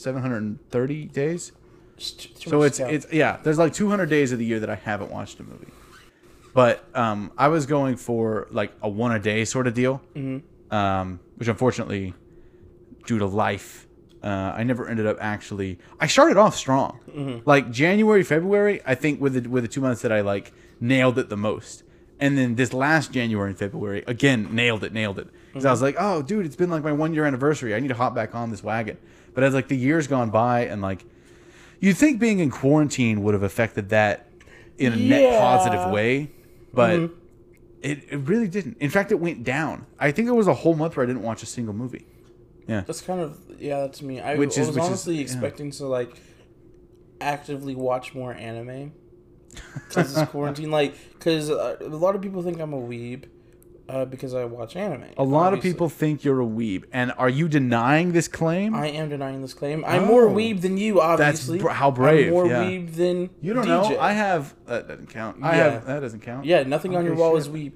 B: 730 days. So
A: so
B: it's it's yeah. There's like 200 days of the year that I haven't watched a movie, but um, I was going for like a one a day sort of deal, mm-hmm. um, which unfortunately, due to life, Uh, I never ended up actually. I started off strong, like January, February. I think with the with the two months that I like nailed it the most, and then this last January and February again nailed it, nailed it. Because I was like, oh, dude, it's been like my one year anniversary. I need to hop back on this wagon. But as like the years gone by and like, you'd think being in quarantine would have affected that in a net
A: Yeah.
B: positive way, but. It, it really didn't. In fact, it went down. I think there was a whole month where I didn't watch a single movie.
A: That's kind of yeah. That's me. I,
B: Which
A: I
B: is-
A: was
B: which is-
A: honestly
B: yeah.
A: expecting to like actively watch more anime because it's quarantine. Like, because uh, a lot of people think I'm a weeb uh, because I watch anime.
B: A lot
A: obviously.
B: of people think you're a weeb, and are you denying this claim?
A: I am denying this claim. I'm more
B: Oh.
A: weeb than you, obviously.
B: br- how brave,
A: I'm more
B: yeah.
A: weeb than
B: you don't
A: DJ.
B: know. I have that doesn't count. I
A: Yeah.
B: have that doesn't count.
A: yeah, nothing on your
B: pretty
A: wall
B: sure.
A: is weeb.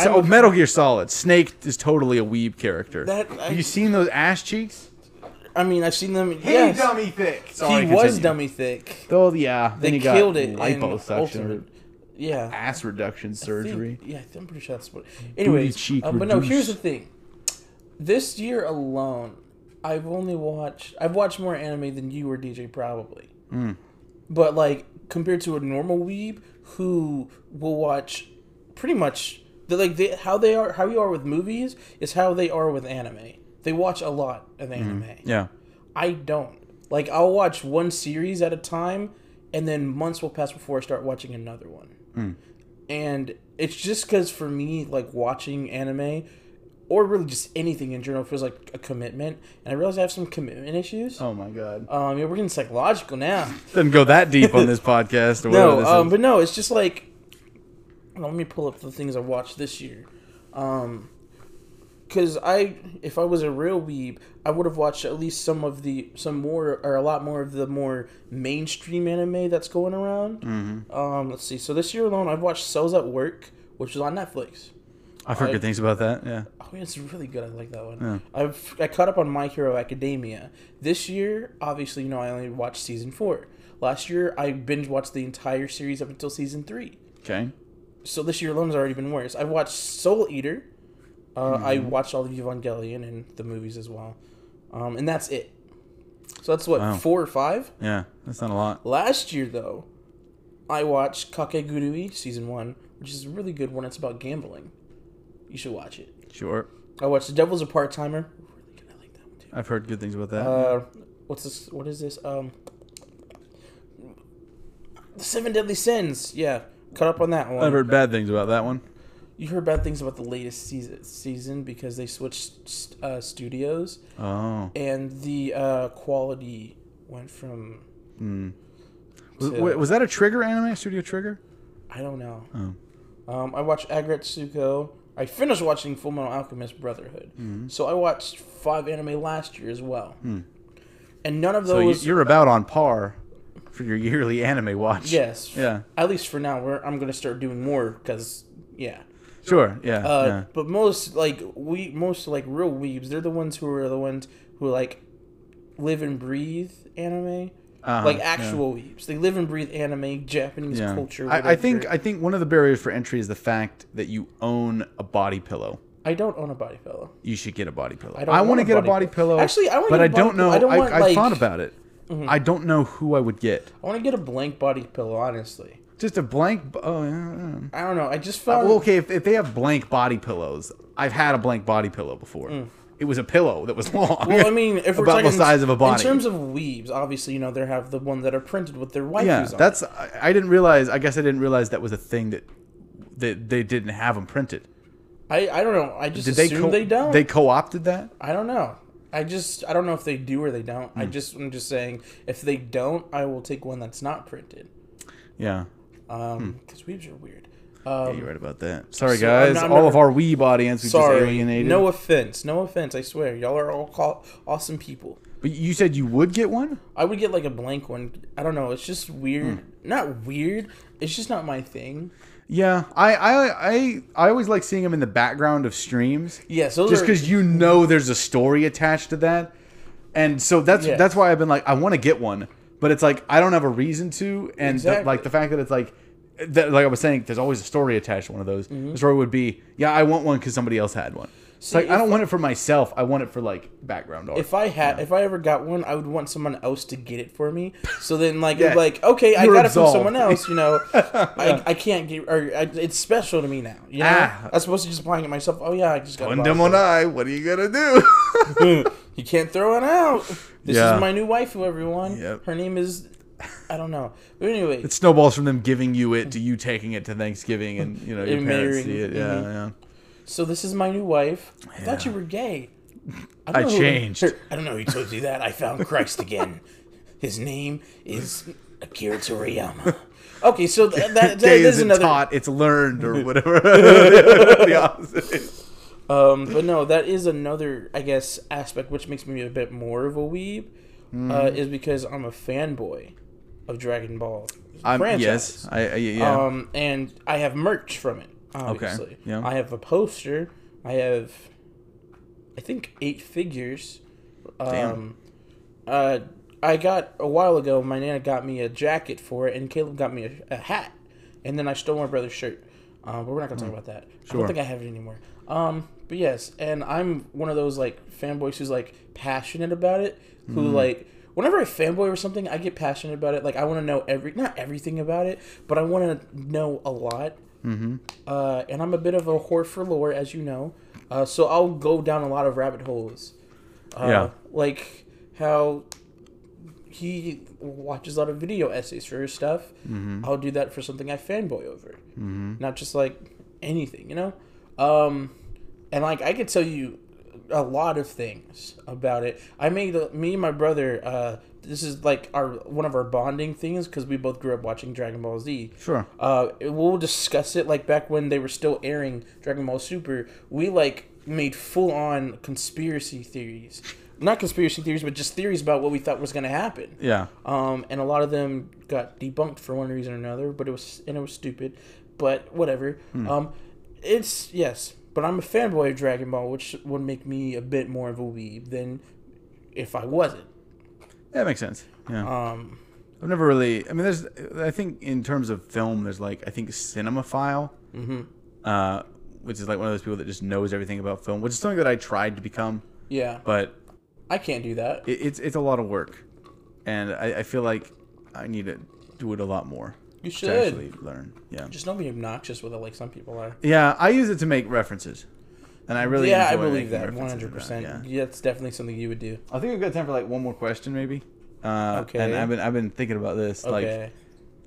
B: So
A: I'm-
B: oh, Metal Gear Solid, Snake is totally a weeb character.
A: That- I-
B: have you seen those ass cheeks?
A: I mean, I've seen them. yes,
B: thick.
A: he
B: Sorry,
A: was
B: continue.
A: dummy thick.
B: Oh yeah.
A: They
B: then he
A: killed
B: got
A: it. in
B: liposuction, or
A: Ultimate. Yeah.
B: ass reduction
A: think-
B: surgery.
A: yeah, I think- I'm pretty sure that's what. Anyways,
B: cheek
A: uh, but no, here's the
B: reduced.
A: thing. This year alone, I've only watched. I've watched more anime than you or DJ probably.
B: Hmm.
A: But like compared to a normal weeb who will watch pretty much the like they, how they are how you are with movies is how they are with anime. They watch a lot
B: Hmm.
A: of anime.
B: Yeah.
A: I don't. Like I'll watch one series at a time, and then months will pass before I start watching another one. And it's just because for me, like watching anime, or really just anything in general, feels like a commitment. And I realize I have some commitment issues.
B: Oh my god.
A: Um, yeah, we're getting psychological now.
B: Doesn't go that deep on this podcast. Or whatever
A: no,
B: this
A: um,
B: is.
A: but no, it's just like. Let me pull up the things I watched this year. Um, because I, if I was a real weeb, I would have watched at least some of the some more or a lot more of the more mainstream anime that's going around. Um, let's see. So this year alone, I've watched Cells at Work, which is on Netflix.
B: I've heard good things about that. Yeah.
A: Oh, yeah, it's really good. I like that one. I've I caught up on My Hero Academia this year. Obviously, you know I only watched season four. Last year, I binge watched the entire series up until season three.
B: Okay.
A: So this year alone has already been worse. I watched Soul Eater. Uh, I watched all of Evangelion and the movies as well, um, and that's it. So that's what
B: Wow.
A: four or five.
B: Yeah. That's not a lot.
A: Last year though, I watched Kakegurui season one, which is a really good one. It's about gambling. You should watch it.
B: Sure.
A: I watched The Devil's a Part Timer. Really good. I like that one too.
B: I've heard good things about that.
A: Uh, what's this? What is this? Um, The Seven Deadly Sins. Yeah, caught up on that one.
B: I've heard bad things about that one.
A: You heard bad things about the latest season, season because they switched uh, studios
B: Oh.
A: and the uh, quality went from
B: Was,
A: to-
B: wait, was that a Trigger anime? Studio Trigger?
A: I don't know.
B: Oh.
A: Um, I watched Agretsuko. I finished watching Full Metal Alchemist Brotherhood,
B: Mm-hmm.
A: so I watched five anime last year as well, and none of
B: Hmm. So you,
A: those.
B: you're about on par for your yearly anime watch.
A: yes,
B: Yeah.
A: At least for now, we're, I'm gonna start doing more because yeah.
B: Sure. Yeah.
A: Uh,
B: yeah.
A: But most like we most like real weebs, they're the ones who are the ones who like live and breathe anime.
B: Uh-huh,
A: like
B: yeah.
A: actual weebs, they live and breathe anime, Japanese
B: Yeah.
A: culture.
B: I, I think
A: whatever.
B: I think one of the barriers for entry is the fact that you own a body pillow.
A: I don't own a body pillow.
B: You should get a body pillow. I,
A: don't
B: want
A: want
B: to
A: a
B: get a
A: body
B: body
A: pillow.
B: pillow.
A: Actually, I wanna
B: but
A: get a
B: I don't
A: body
B: know.
A: pillow. I don't want,
B: I,
A: like- Mm-hmm.
B: thought about it. I don't know who I would get.
A: I want to get a blank body pillow. Honestly,
B: Just a blank. b- Oh, yeah, yeah.
A: I don't know. I just found
B: Uh, Well, okay, if, if they have blank body pillows, I've had a blank body pillow before. It was a pillow that was long.
A: Mm. Well, I mean, if we're
B: about
A: talking
B: the size of a body.
A: in terms of weebs, obviously, you know, they have the one that are printed with their waifus
B: yeah,
A: on. it.
B: that's I, I didn't realize. I guess I didn't realize that was a thing that that they didn't have them printed.
A: I, I don't know. I just
B: Did
A: assume
B: they? Co-
A: they don't.
B: They co-opted that.
A: I don't know. I just I don't know if they do or they don't.
B: Hmm.
A: I just I'm just saying if they don't, I will take one that's not printed.
B: Yeah, Hmm.
A: Um, because weebs are weird. Um,
B: you're right about that. Sorry,
A: So, I'm
B: guys.
A: not- I'm
B: All
A: not-
B: of our weeb audience we just
A: sorry.
B: alienated.
A: No offense. No offense. I swear, y'all are all call- awesome people.
B: but you said you would get one.
A: I would get like a blank one. I don't know. It's just weird.
B: Hmm.
A: Not weird. It's just not my thing.
B: Yeah, I I I, I always like seeing them in the background of streams.
A: Yeah. So
B: just
A: those are-
B: because you know there's a story attached to that and so that's
A: Yes.
B: that's why i've been like i want to get one but it's like i don't have a reason to and the-
A: Exactly.
B: like the fact that it's like that, like i was saying there's always a story attached to one of those the story would be yeah i want one because somebody else had one It's like
A: Mm-hmm. See,
B: I don't
A: if-
B: want it for myself. I want it for like background art.
A: If I had, if I ever got one, I would want someone else to get it for me. So then, like, it'd be
B: Yeah.
A: like, okay, I
B: You're
A: got it from
B: absolved.
A: someone else. You know, I, I can't get, or I, it's special to me now. You know,
B: Ah.
A: as opposed to just buying it myself. Oh yeah, I just got.
B: One demon eye. What are you gonna do?
A: you can't throw it out. This
B: Yeah.
A: is my new waifu, everyone.
B: Yep.
A: Her name is, I don't know. But anyway,
B: it snowballs from them giving you it to you taking it to Thanksgiving, and you know your
A: And
B: parents
A: marrying-
B: see it. Yeah,
A: mhm.
B: yeah.
A: so this is my new wife. I thought
B: Yeah.
A: you were gay.
B: I
A: know who-
B: changed.
A: I don't know who told you that. I found Christ again. His name is Akira Toriyama. Okay, so th- that, that, that
B: Gay
A: is
B: isn't
A: another.
B: taught; it's learned or whatever. the opposite. is.
A: Um, but no, that is another, I guess, aspect which makes me a bit more of a weeb,
B: Hmm.
A: uh, is because I'm a fanboy of Dragon Ball
B: I'm,
A: franchise.
B: yes, I, I yeah.
A: Um, and I have merch from it. Obviously,
B: yeah.
A: I have a poster. I have, I think, eight figures. Um,
B: Damn.
A: Uh, I got a while ago. My nana got me a jacket for it, and Caleb got me a, a hat, and then I stole my brother's shirt. Um, but we're not gonna talk about that. I
B: Sure.
A: don't think I have it anymore. Um, but yes, and I'm one of those like fanboys who's like passionate about it. Who like whenever I fanboy or something, I get passionate about it. Like I want to know every not everything about it, but I want to know a lot. Mm-hmm. Uh, and I'm a bit of a whore for lore, as you know. Uh, so I'll go down a lot of rabbit holes. Uh,
B: Yeah.
A: Like how he watches a lot of video essays for his stuff. I'll do that for something I fanboy over, not just like anything, you know. Um, and like I could tell you a lot of things about it. I made a, me and my brother. Uh, this is like our one of our bonding things because we both grew up watching Dragon Ball Z.
B: Sure.
A: Uh, we'll discuss it like back when they were still airing Dragon Ball Super. We like made full on conspiracy theories, not conspiracy theories, but just theories about what we thought was going to happen.
B: yeah.
A: Um, and a lot of them got debunked for one reason or another, but it was and it was stupid, but whatever. Um, it's yes, but I'm a fanboy of Dragon Ball, which would make me a bit more of a weeb than if I wasn't.
B: That makes sense. Yeah.
A: Um,
B: I've never really. I mean, there's. I think in terms of film, there's like I think cinemaphile, mm-hmm. uh, which is like one of those people that just knows everything about film, which is something that I tried to become,
A: yeah,
B: but
A: I can't do that.
B: it, it's it's a lot of work, and I, I feel like I need to do it a lot more.
A: You
B: To actually
A: should
B: learn. Yeah.
A: just don't be obnoxious with it like some people are.
B: Yeah. I use it to make references, and I really.
A: yeah, I
B: enjoy
A: believe
B: making
A: that
B: references
A: 100.
B: to that,
A: percent
B: Yeah.
A: Yeah, it's definitely something you would do.
B: I think we've got time for like one more question, maybe. Uh, okay. And
A: Okay.
B: I've been I've been thinking about this
A: Okay,
B: like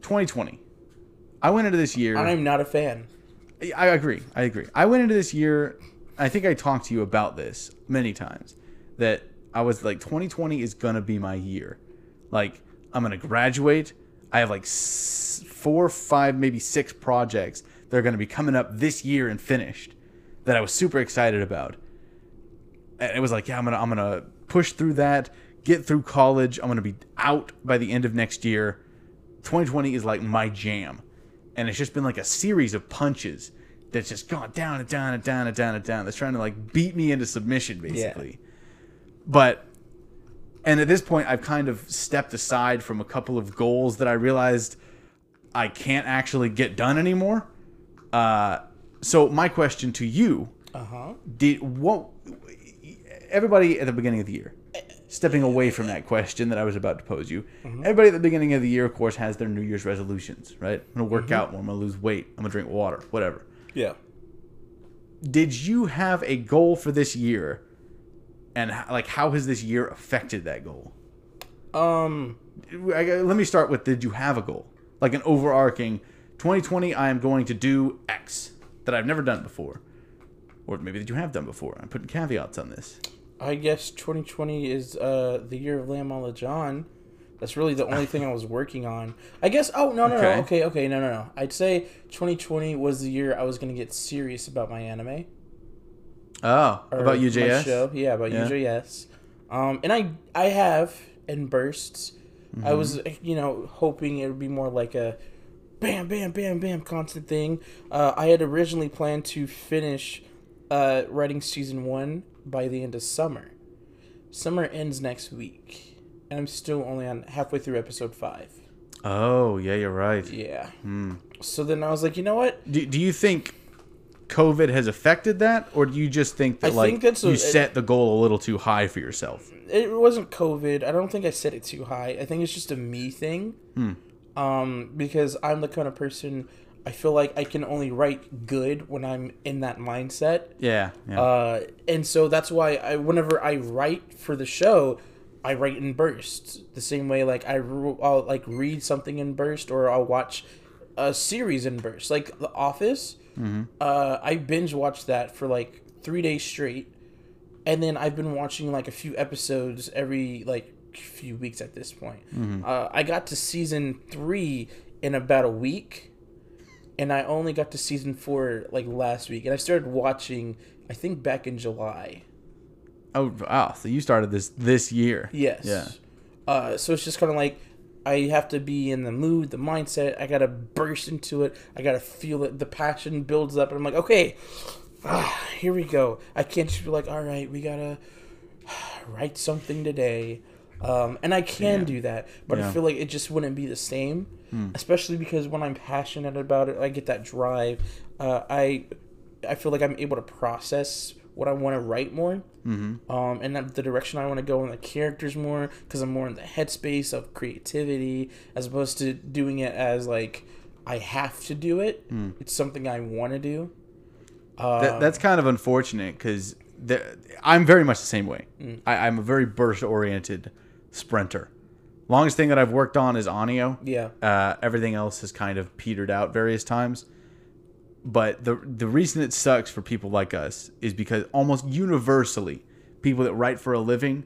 B: 2020. I went into this year.
A: I'm not a fan.
B: I agree. I agree. I went into this year. I think I talked to you about this many times. That I was like, 2020 is gonna be my year. Like, I'm gonna graduate. I have like s- four, five, maybe six projects that are gonna be coming up this year and finished. That I was super excited about. And it was like, yeah, I'm gonna, I'm gonna push through that. Get through college. I'm gonna be out by the end of next year. 2020 is like my jam. And it's just been like a series of punches that's just gone down and down and down and down and down. That's trying to like beat me into submission, basically. But, and at this point, I've kind of stepped aside from a couple of goals that I realized I can't actually get done anymore. Uh, so, my question to you
A: Uh huh.
B: did what everybody at the beginning of the year stepping away from that question that i was about to pose you everybody at the beginning of the year of course has their new year's resolutions right i'm gonna work out more i'm gonna lose weight i'm gonna drink water whatever
A: Yeah.
B: did you have a goal for this year and h- like how has this year affected that goal
A: Um.
B: I, I- let me start with did you have a goal like an overarching 2020 i am going to do x that i've never done before or maybe that you have done before i'm putting caveats on this
A: I guess 2020 is uh, the year of Lamb on the John. That's really the only thing I was working on. I guess. Oh no no
B: Okay.
A: no. Okay okay no no no. I'd say 2020 was the year I was gonna get serious about my anime.
B: Oh,
A: or
B: about
A: my
B: UJS?
A: show. Yeah, about
B: Yeah.
A: UJS. Um, and I I have in bursts.
B: Mm-hmm.
A: I was you know hoping it would be more like a bam bam bam bam constant thing. Uh, I had originally planned to finish uh, writing season one by the end of summer. Summer ends next week, and I'm still only on halfway through episode five.
B: Oh, yeah, you're right.
A: Yeah. So then I was like, you know what?
B: Do, do you think COVID has affected that, or do you just think that
A: I
B: like
A: think that's a-
B: you set the goal a little too high for yourself?
A: it wasn't COVID. I don't think I set it too high. I think it's just a me thing. Um, because I'm the kind of person I feel like I can only write good when I'm in that mindset.
B: Yeah, yeah.
A: Uh, and so that's why I, whenever I write for the show, I write in bursts. The same way, like I, will like read something in burst, or I'll watch a series in burst, like The Office. Uh, I binge watched that for like three days straight, and then I've been watching like a few episodes every like few weeks at this point. Uh, I got to season three in about a week and I only got to season four like last week, and I started watching I think back in July.
B: oh wow, so you started this this year?
A: Yes.
B: Yeah.
A: Uh, so it's just kind of like I have to be in the mood, the mindset. I gotta burst into it. I gotta feel it. The passion builds up, and I'm like, okay, ah, here we go. I can't just be like, all right, we gotta write something today. Um, and I can do that, but I
B: Yeah. Hmm.
A: feel like it just wouldn't be the same, especially because when I'm passionate about it, I get that drive. Uh, I I feel like I'm able to process what I want to write more, mm-hmm. um, and that the direction I want to go and the characters more because I'm more in the headspace of creativity as opposed to doing it as like I have to do it. It's something I want to do.
B: That, that's kind of unfortunate because I'm very much the same way. I, I'm a very burst oriented sprinter. Longest thing that I've worked on is Onio.
A: Yeah.
B: Uh, everything else has kind of petered out various times. But the the reason it sucks for people like us is because almost universally, people that write for a living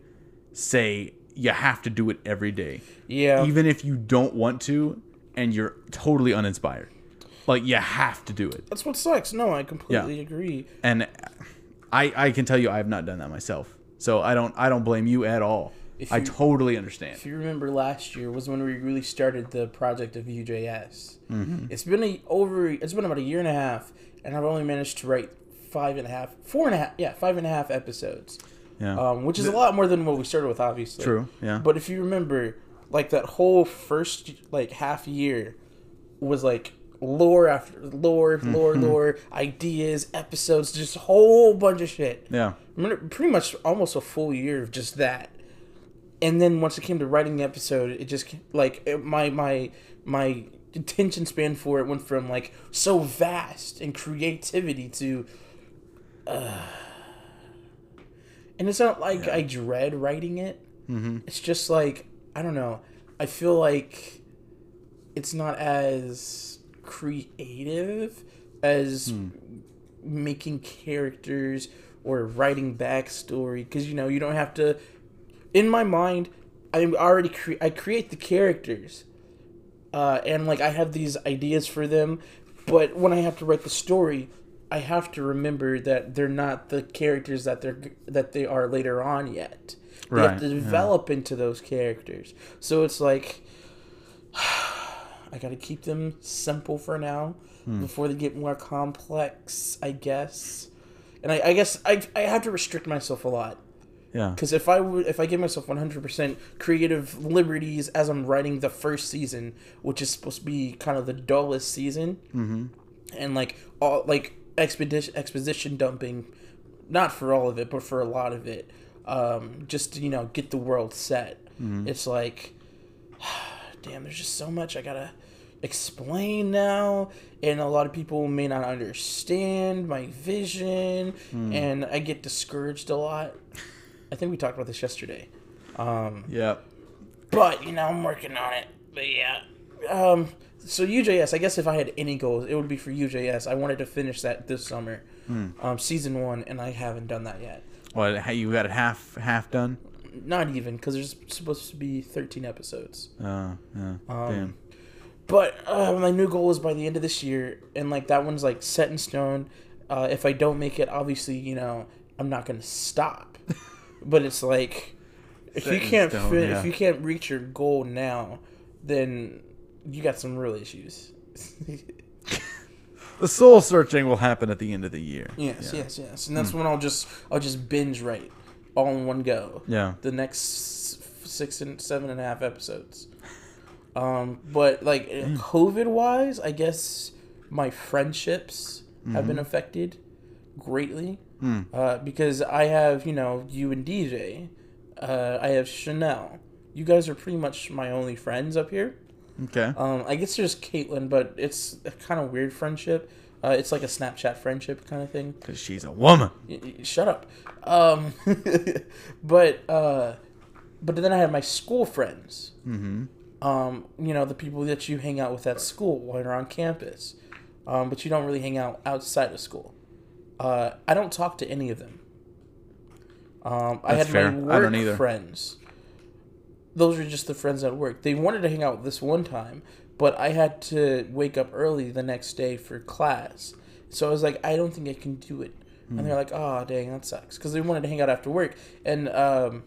B: say you have to do it every day,
A: Yeah.
B: even if you don't want to, and you're totally uninspired. Like you have to do it
A: That's what sucks. No, I completely agree.
B: and I I can tell you I have not done that myself. So I don't I don't blame you at all. I
A: you-
B: totally understand.
A: If you remember last year was when we really started the project of UJS. It's been a over it's been about a year and a half and I've only managed to write five and a half four and a half yeah, five and a half episodes.
B: yeah.
A: Um, which is a lot more than what we started with obviously.
B: True, yeah.
A: But if you remember, like that whole first like half year was like lore after lore, lore, lore, ideas, episodes, just a whole bunch of shit.
B: yeah.
A: Remember, pretty much almost a full year of just that and then once it came to writing the episode it just ca- like it, my my my attention span for it went from like so vast and creativity to uh, and it's not like i dread writing it mm-hmm. it's just like i don't know i feel like it's not as creative as making characters or writing backstory because you know you don't have to in my mind i'm already cre- i create the characters uh, and like i have these ideas for them but when i have to write the story i have to remember that they're not the characters that they're that they are later on yet they have
B: Right,
A: to
B: yeah.
A: develop into those characters so it's like I gotta keep them simple for now
B: Hmm.
A: before they get more complex, I guess. And I, I guess I, I have to restrict myself a lot
B: Yeah.
A: because if I would if I give myself 100% creative liberties as I'm writing the first season, which is supposed to be kind of the dullest season, and like all like expedition exposition dumping, not for all of it, but for a lot of it, um, just to, you know get the world set. It's like, damn, there's just so much I gotta explain now and a lot of people may not understand my vision and I get discouraged a lot I think we talked about this yesterday.
B: Yeah.
A: But, you know, I'm working on it. But yeah. Um so UJS, I guess if I had any goals, it would be for UJS. I wanted to finish that this summer. Um season 1 and I haven't done that yet.
B: Well, ha- you got it half half done.
A: Not even cuz there's supposed to be 13 episodes.
B: Uh, yeah.
A: Um,
B: Damn.
A: But uh, my new goal is by the end of this year and like that one's like set in stone. Uh if I don't make it, obviously, you know, I'm not going to stop. but it's like if you
B: Set in
A: can't
B: stone,
A: fit,
B: yeah.
A: if you can't reach your goal now, then you got some real issues.
B: The soul searching will happen at the end of the year.
A: yes, yes, yes, and that's
B: Hmm.
A: when I'll just I'll just binge write all in one go.
B: Yeah.
A: the next s- six and seven and a half episodes. Um, but like COVID wise, I guess my friendships have been affected greatly uh, because I have, you know, you and DJ. Uh, I have Chanel. You guys are pretty much my only friends up here.
B: Okay.
A: Um, I guess there's Caitlyn, but it's a kind of weird friendship. Uh, it's like a Snapchat friendship kind of thing.
B: Because she's a woman.
A: Y- y- shut up. Um, but uh, but then I have my school friends. Mm-hmm. Um, you know the people that you hang out with at school when you're on campus, um, but you don't really hang out outside of school. Uh, I don't talk to any of them. Um, I had
B: That's fair. I
A: my
B: don't
A: work
B: either.
A: friends. Those are just the friends at work. They wanted to hang out this one time, but I had to wake up early the next day for class. So I was like, I don't think I can do it.
B: Hmm.
A: And they're like, oh, dang, that sucks. Because they wanted to hang out after work. And um,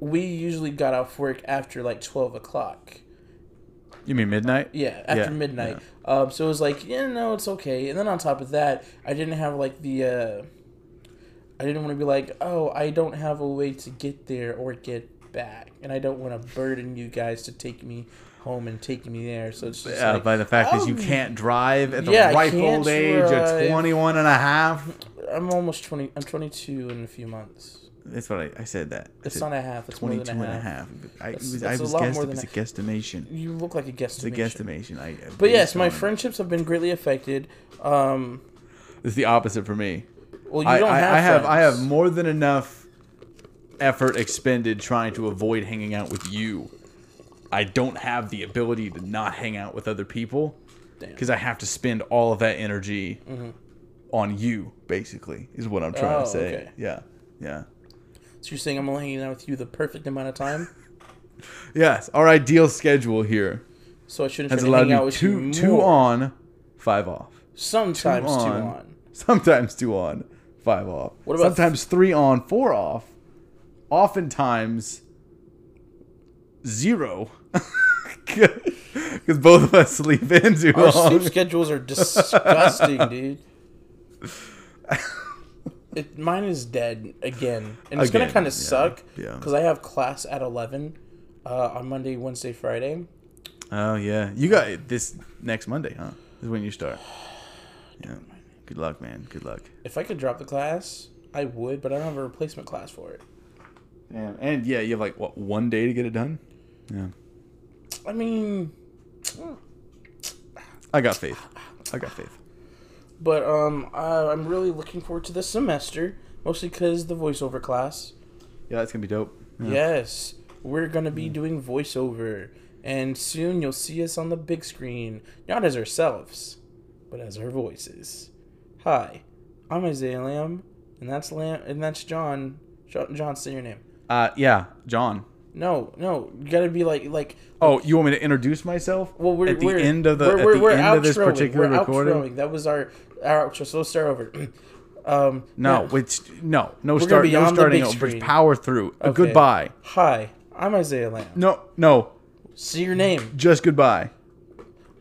A: we usually got off work after like 12 o'clock.
B: You mean midnight?
A: Yeah, after
B: Yeah,
A: midnight. Um, so it was like, yeah, no, it's okay. And then on top of that, I didn't have like the, uh, I didn't want to be like, oh, I don't have a way to get there or get back, and I don't want to burden you guys to take me home and take me there. So it's just
B: Uh,
A: like,
B: by the fact that you
A: um,
B: can't drive at the
A: yeah, I
B: ripe
A: can't
B: old age of
A: drive.
B: 21 and a half.
A: I'm almost twenty. I'm 22 in a few months.
B: That's what I, I said that. I
A: It's
B: said
A: not a half. It's
B: 22
A: more
B: and
A: than
B: a half. I, it was, I
A: that's a
B: was
A: lot
B: guessed,
A: more
B: it
A: than
B: was a guesstimation.
A: You look like a guest.
B: It's a guesstimation. I,
A: But yes, my friendships have been greatly affected. Um,
B: It's the opposite for me.
A: well, you
B: I,
A: don't
B: I,
A: have.
B: I have I have
A: friends.
B: more than enough effort expended trying to avoid hanging out with you. I don't have the ability to not hang out with other people
A: Damn. Mm-hmm.
B: because I have to spend all of that energy on you. Basically, is what I'm
A: Oh,
B: trying to say.
A: okay.
B: Yeah, yeah,
A: So you're saying I'm only hanging out with you the perfect amount of time,
B: yes. Our ideal schedule here
A: so I shouldn't
B: has
A: try to
B: allowed
A: hang out
B: me
A: with
B: two
A: you
B: two
A: more.
B: on, five off.
A: Sometimes two on.
B: on. Sometimes two on, five off.
A: What about-
B: Sometimes three on, four off. Oftentimes zero. Because both of us sleep in too
A: Our
B: long.
A: sleep schedules are disgusting, dude. It, mine is dead again, and it's gonna
B: Again,
A: kind
B: yeah,
A: of suck
B: yeah.
A: because I have class at eleven uh, on Monday, Wednesday, Friday.
B: Oh, yeah. You got it this next Monday, huh? Is when you start. Yeah. Good luck, man. Good luck.
A: If I could drop the class, I would, but I don't have a replacement class for it.
B: Damn. And yeah, you have like, what, one day to get it done? Yeah.
A: I mean,
B: I got faith. I got faith.
A: But um, I, I'm really looking forward to this semester, mostly because the voiceover class.
B: Yeah, that's going to be dope. Yeah. Hmm.
A: Yes, we're gonna be doing voiceover, and soon you'll see us on the big screen, not as ourselves, but as our voices. Hi, I'm Isaiah Lamb, and that's Lamb, and that's John. John, John say your name.
B: Uh, yeah, John.
A: No, no, you gotta be like like.
B: Oh, you want me to introduce myself?
A: Well, we're
B: at the
A: we're,
B: end of the
A: we're,
B: at
A: we're,
B: the
A: we're
B: end of this
A: outroing,
B: particular
A: we're
B: recording.
A: outroing. That was our our outro. So let's start over. um,
B: No,
A: yeah.
B: which no, no start,
A: be
B: no
A: on the
B: starting
A: big
B: over.
A: screen.
B: Power through. A
A: Okay.
B: Goodbye.
A: Hi, I'm Isaiah Lamb.
B: No, no,
A: See your name.
B: just goodbye.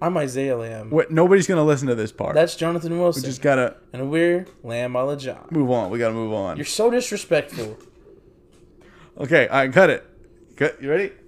A: I'm Isaiah Lamb.
B: What? Nobody's gonna listen to this part.
A: That's Jonathan Wilson.
B: just gotta
A: and we're Lamb a la John.
B: move on. We gotta move on.
A: You're so disrespectful.
B: Okay, I cut it. Cut. You ready?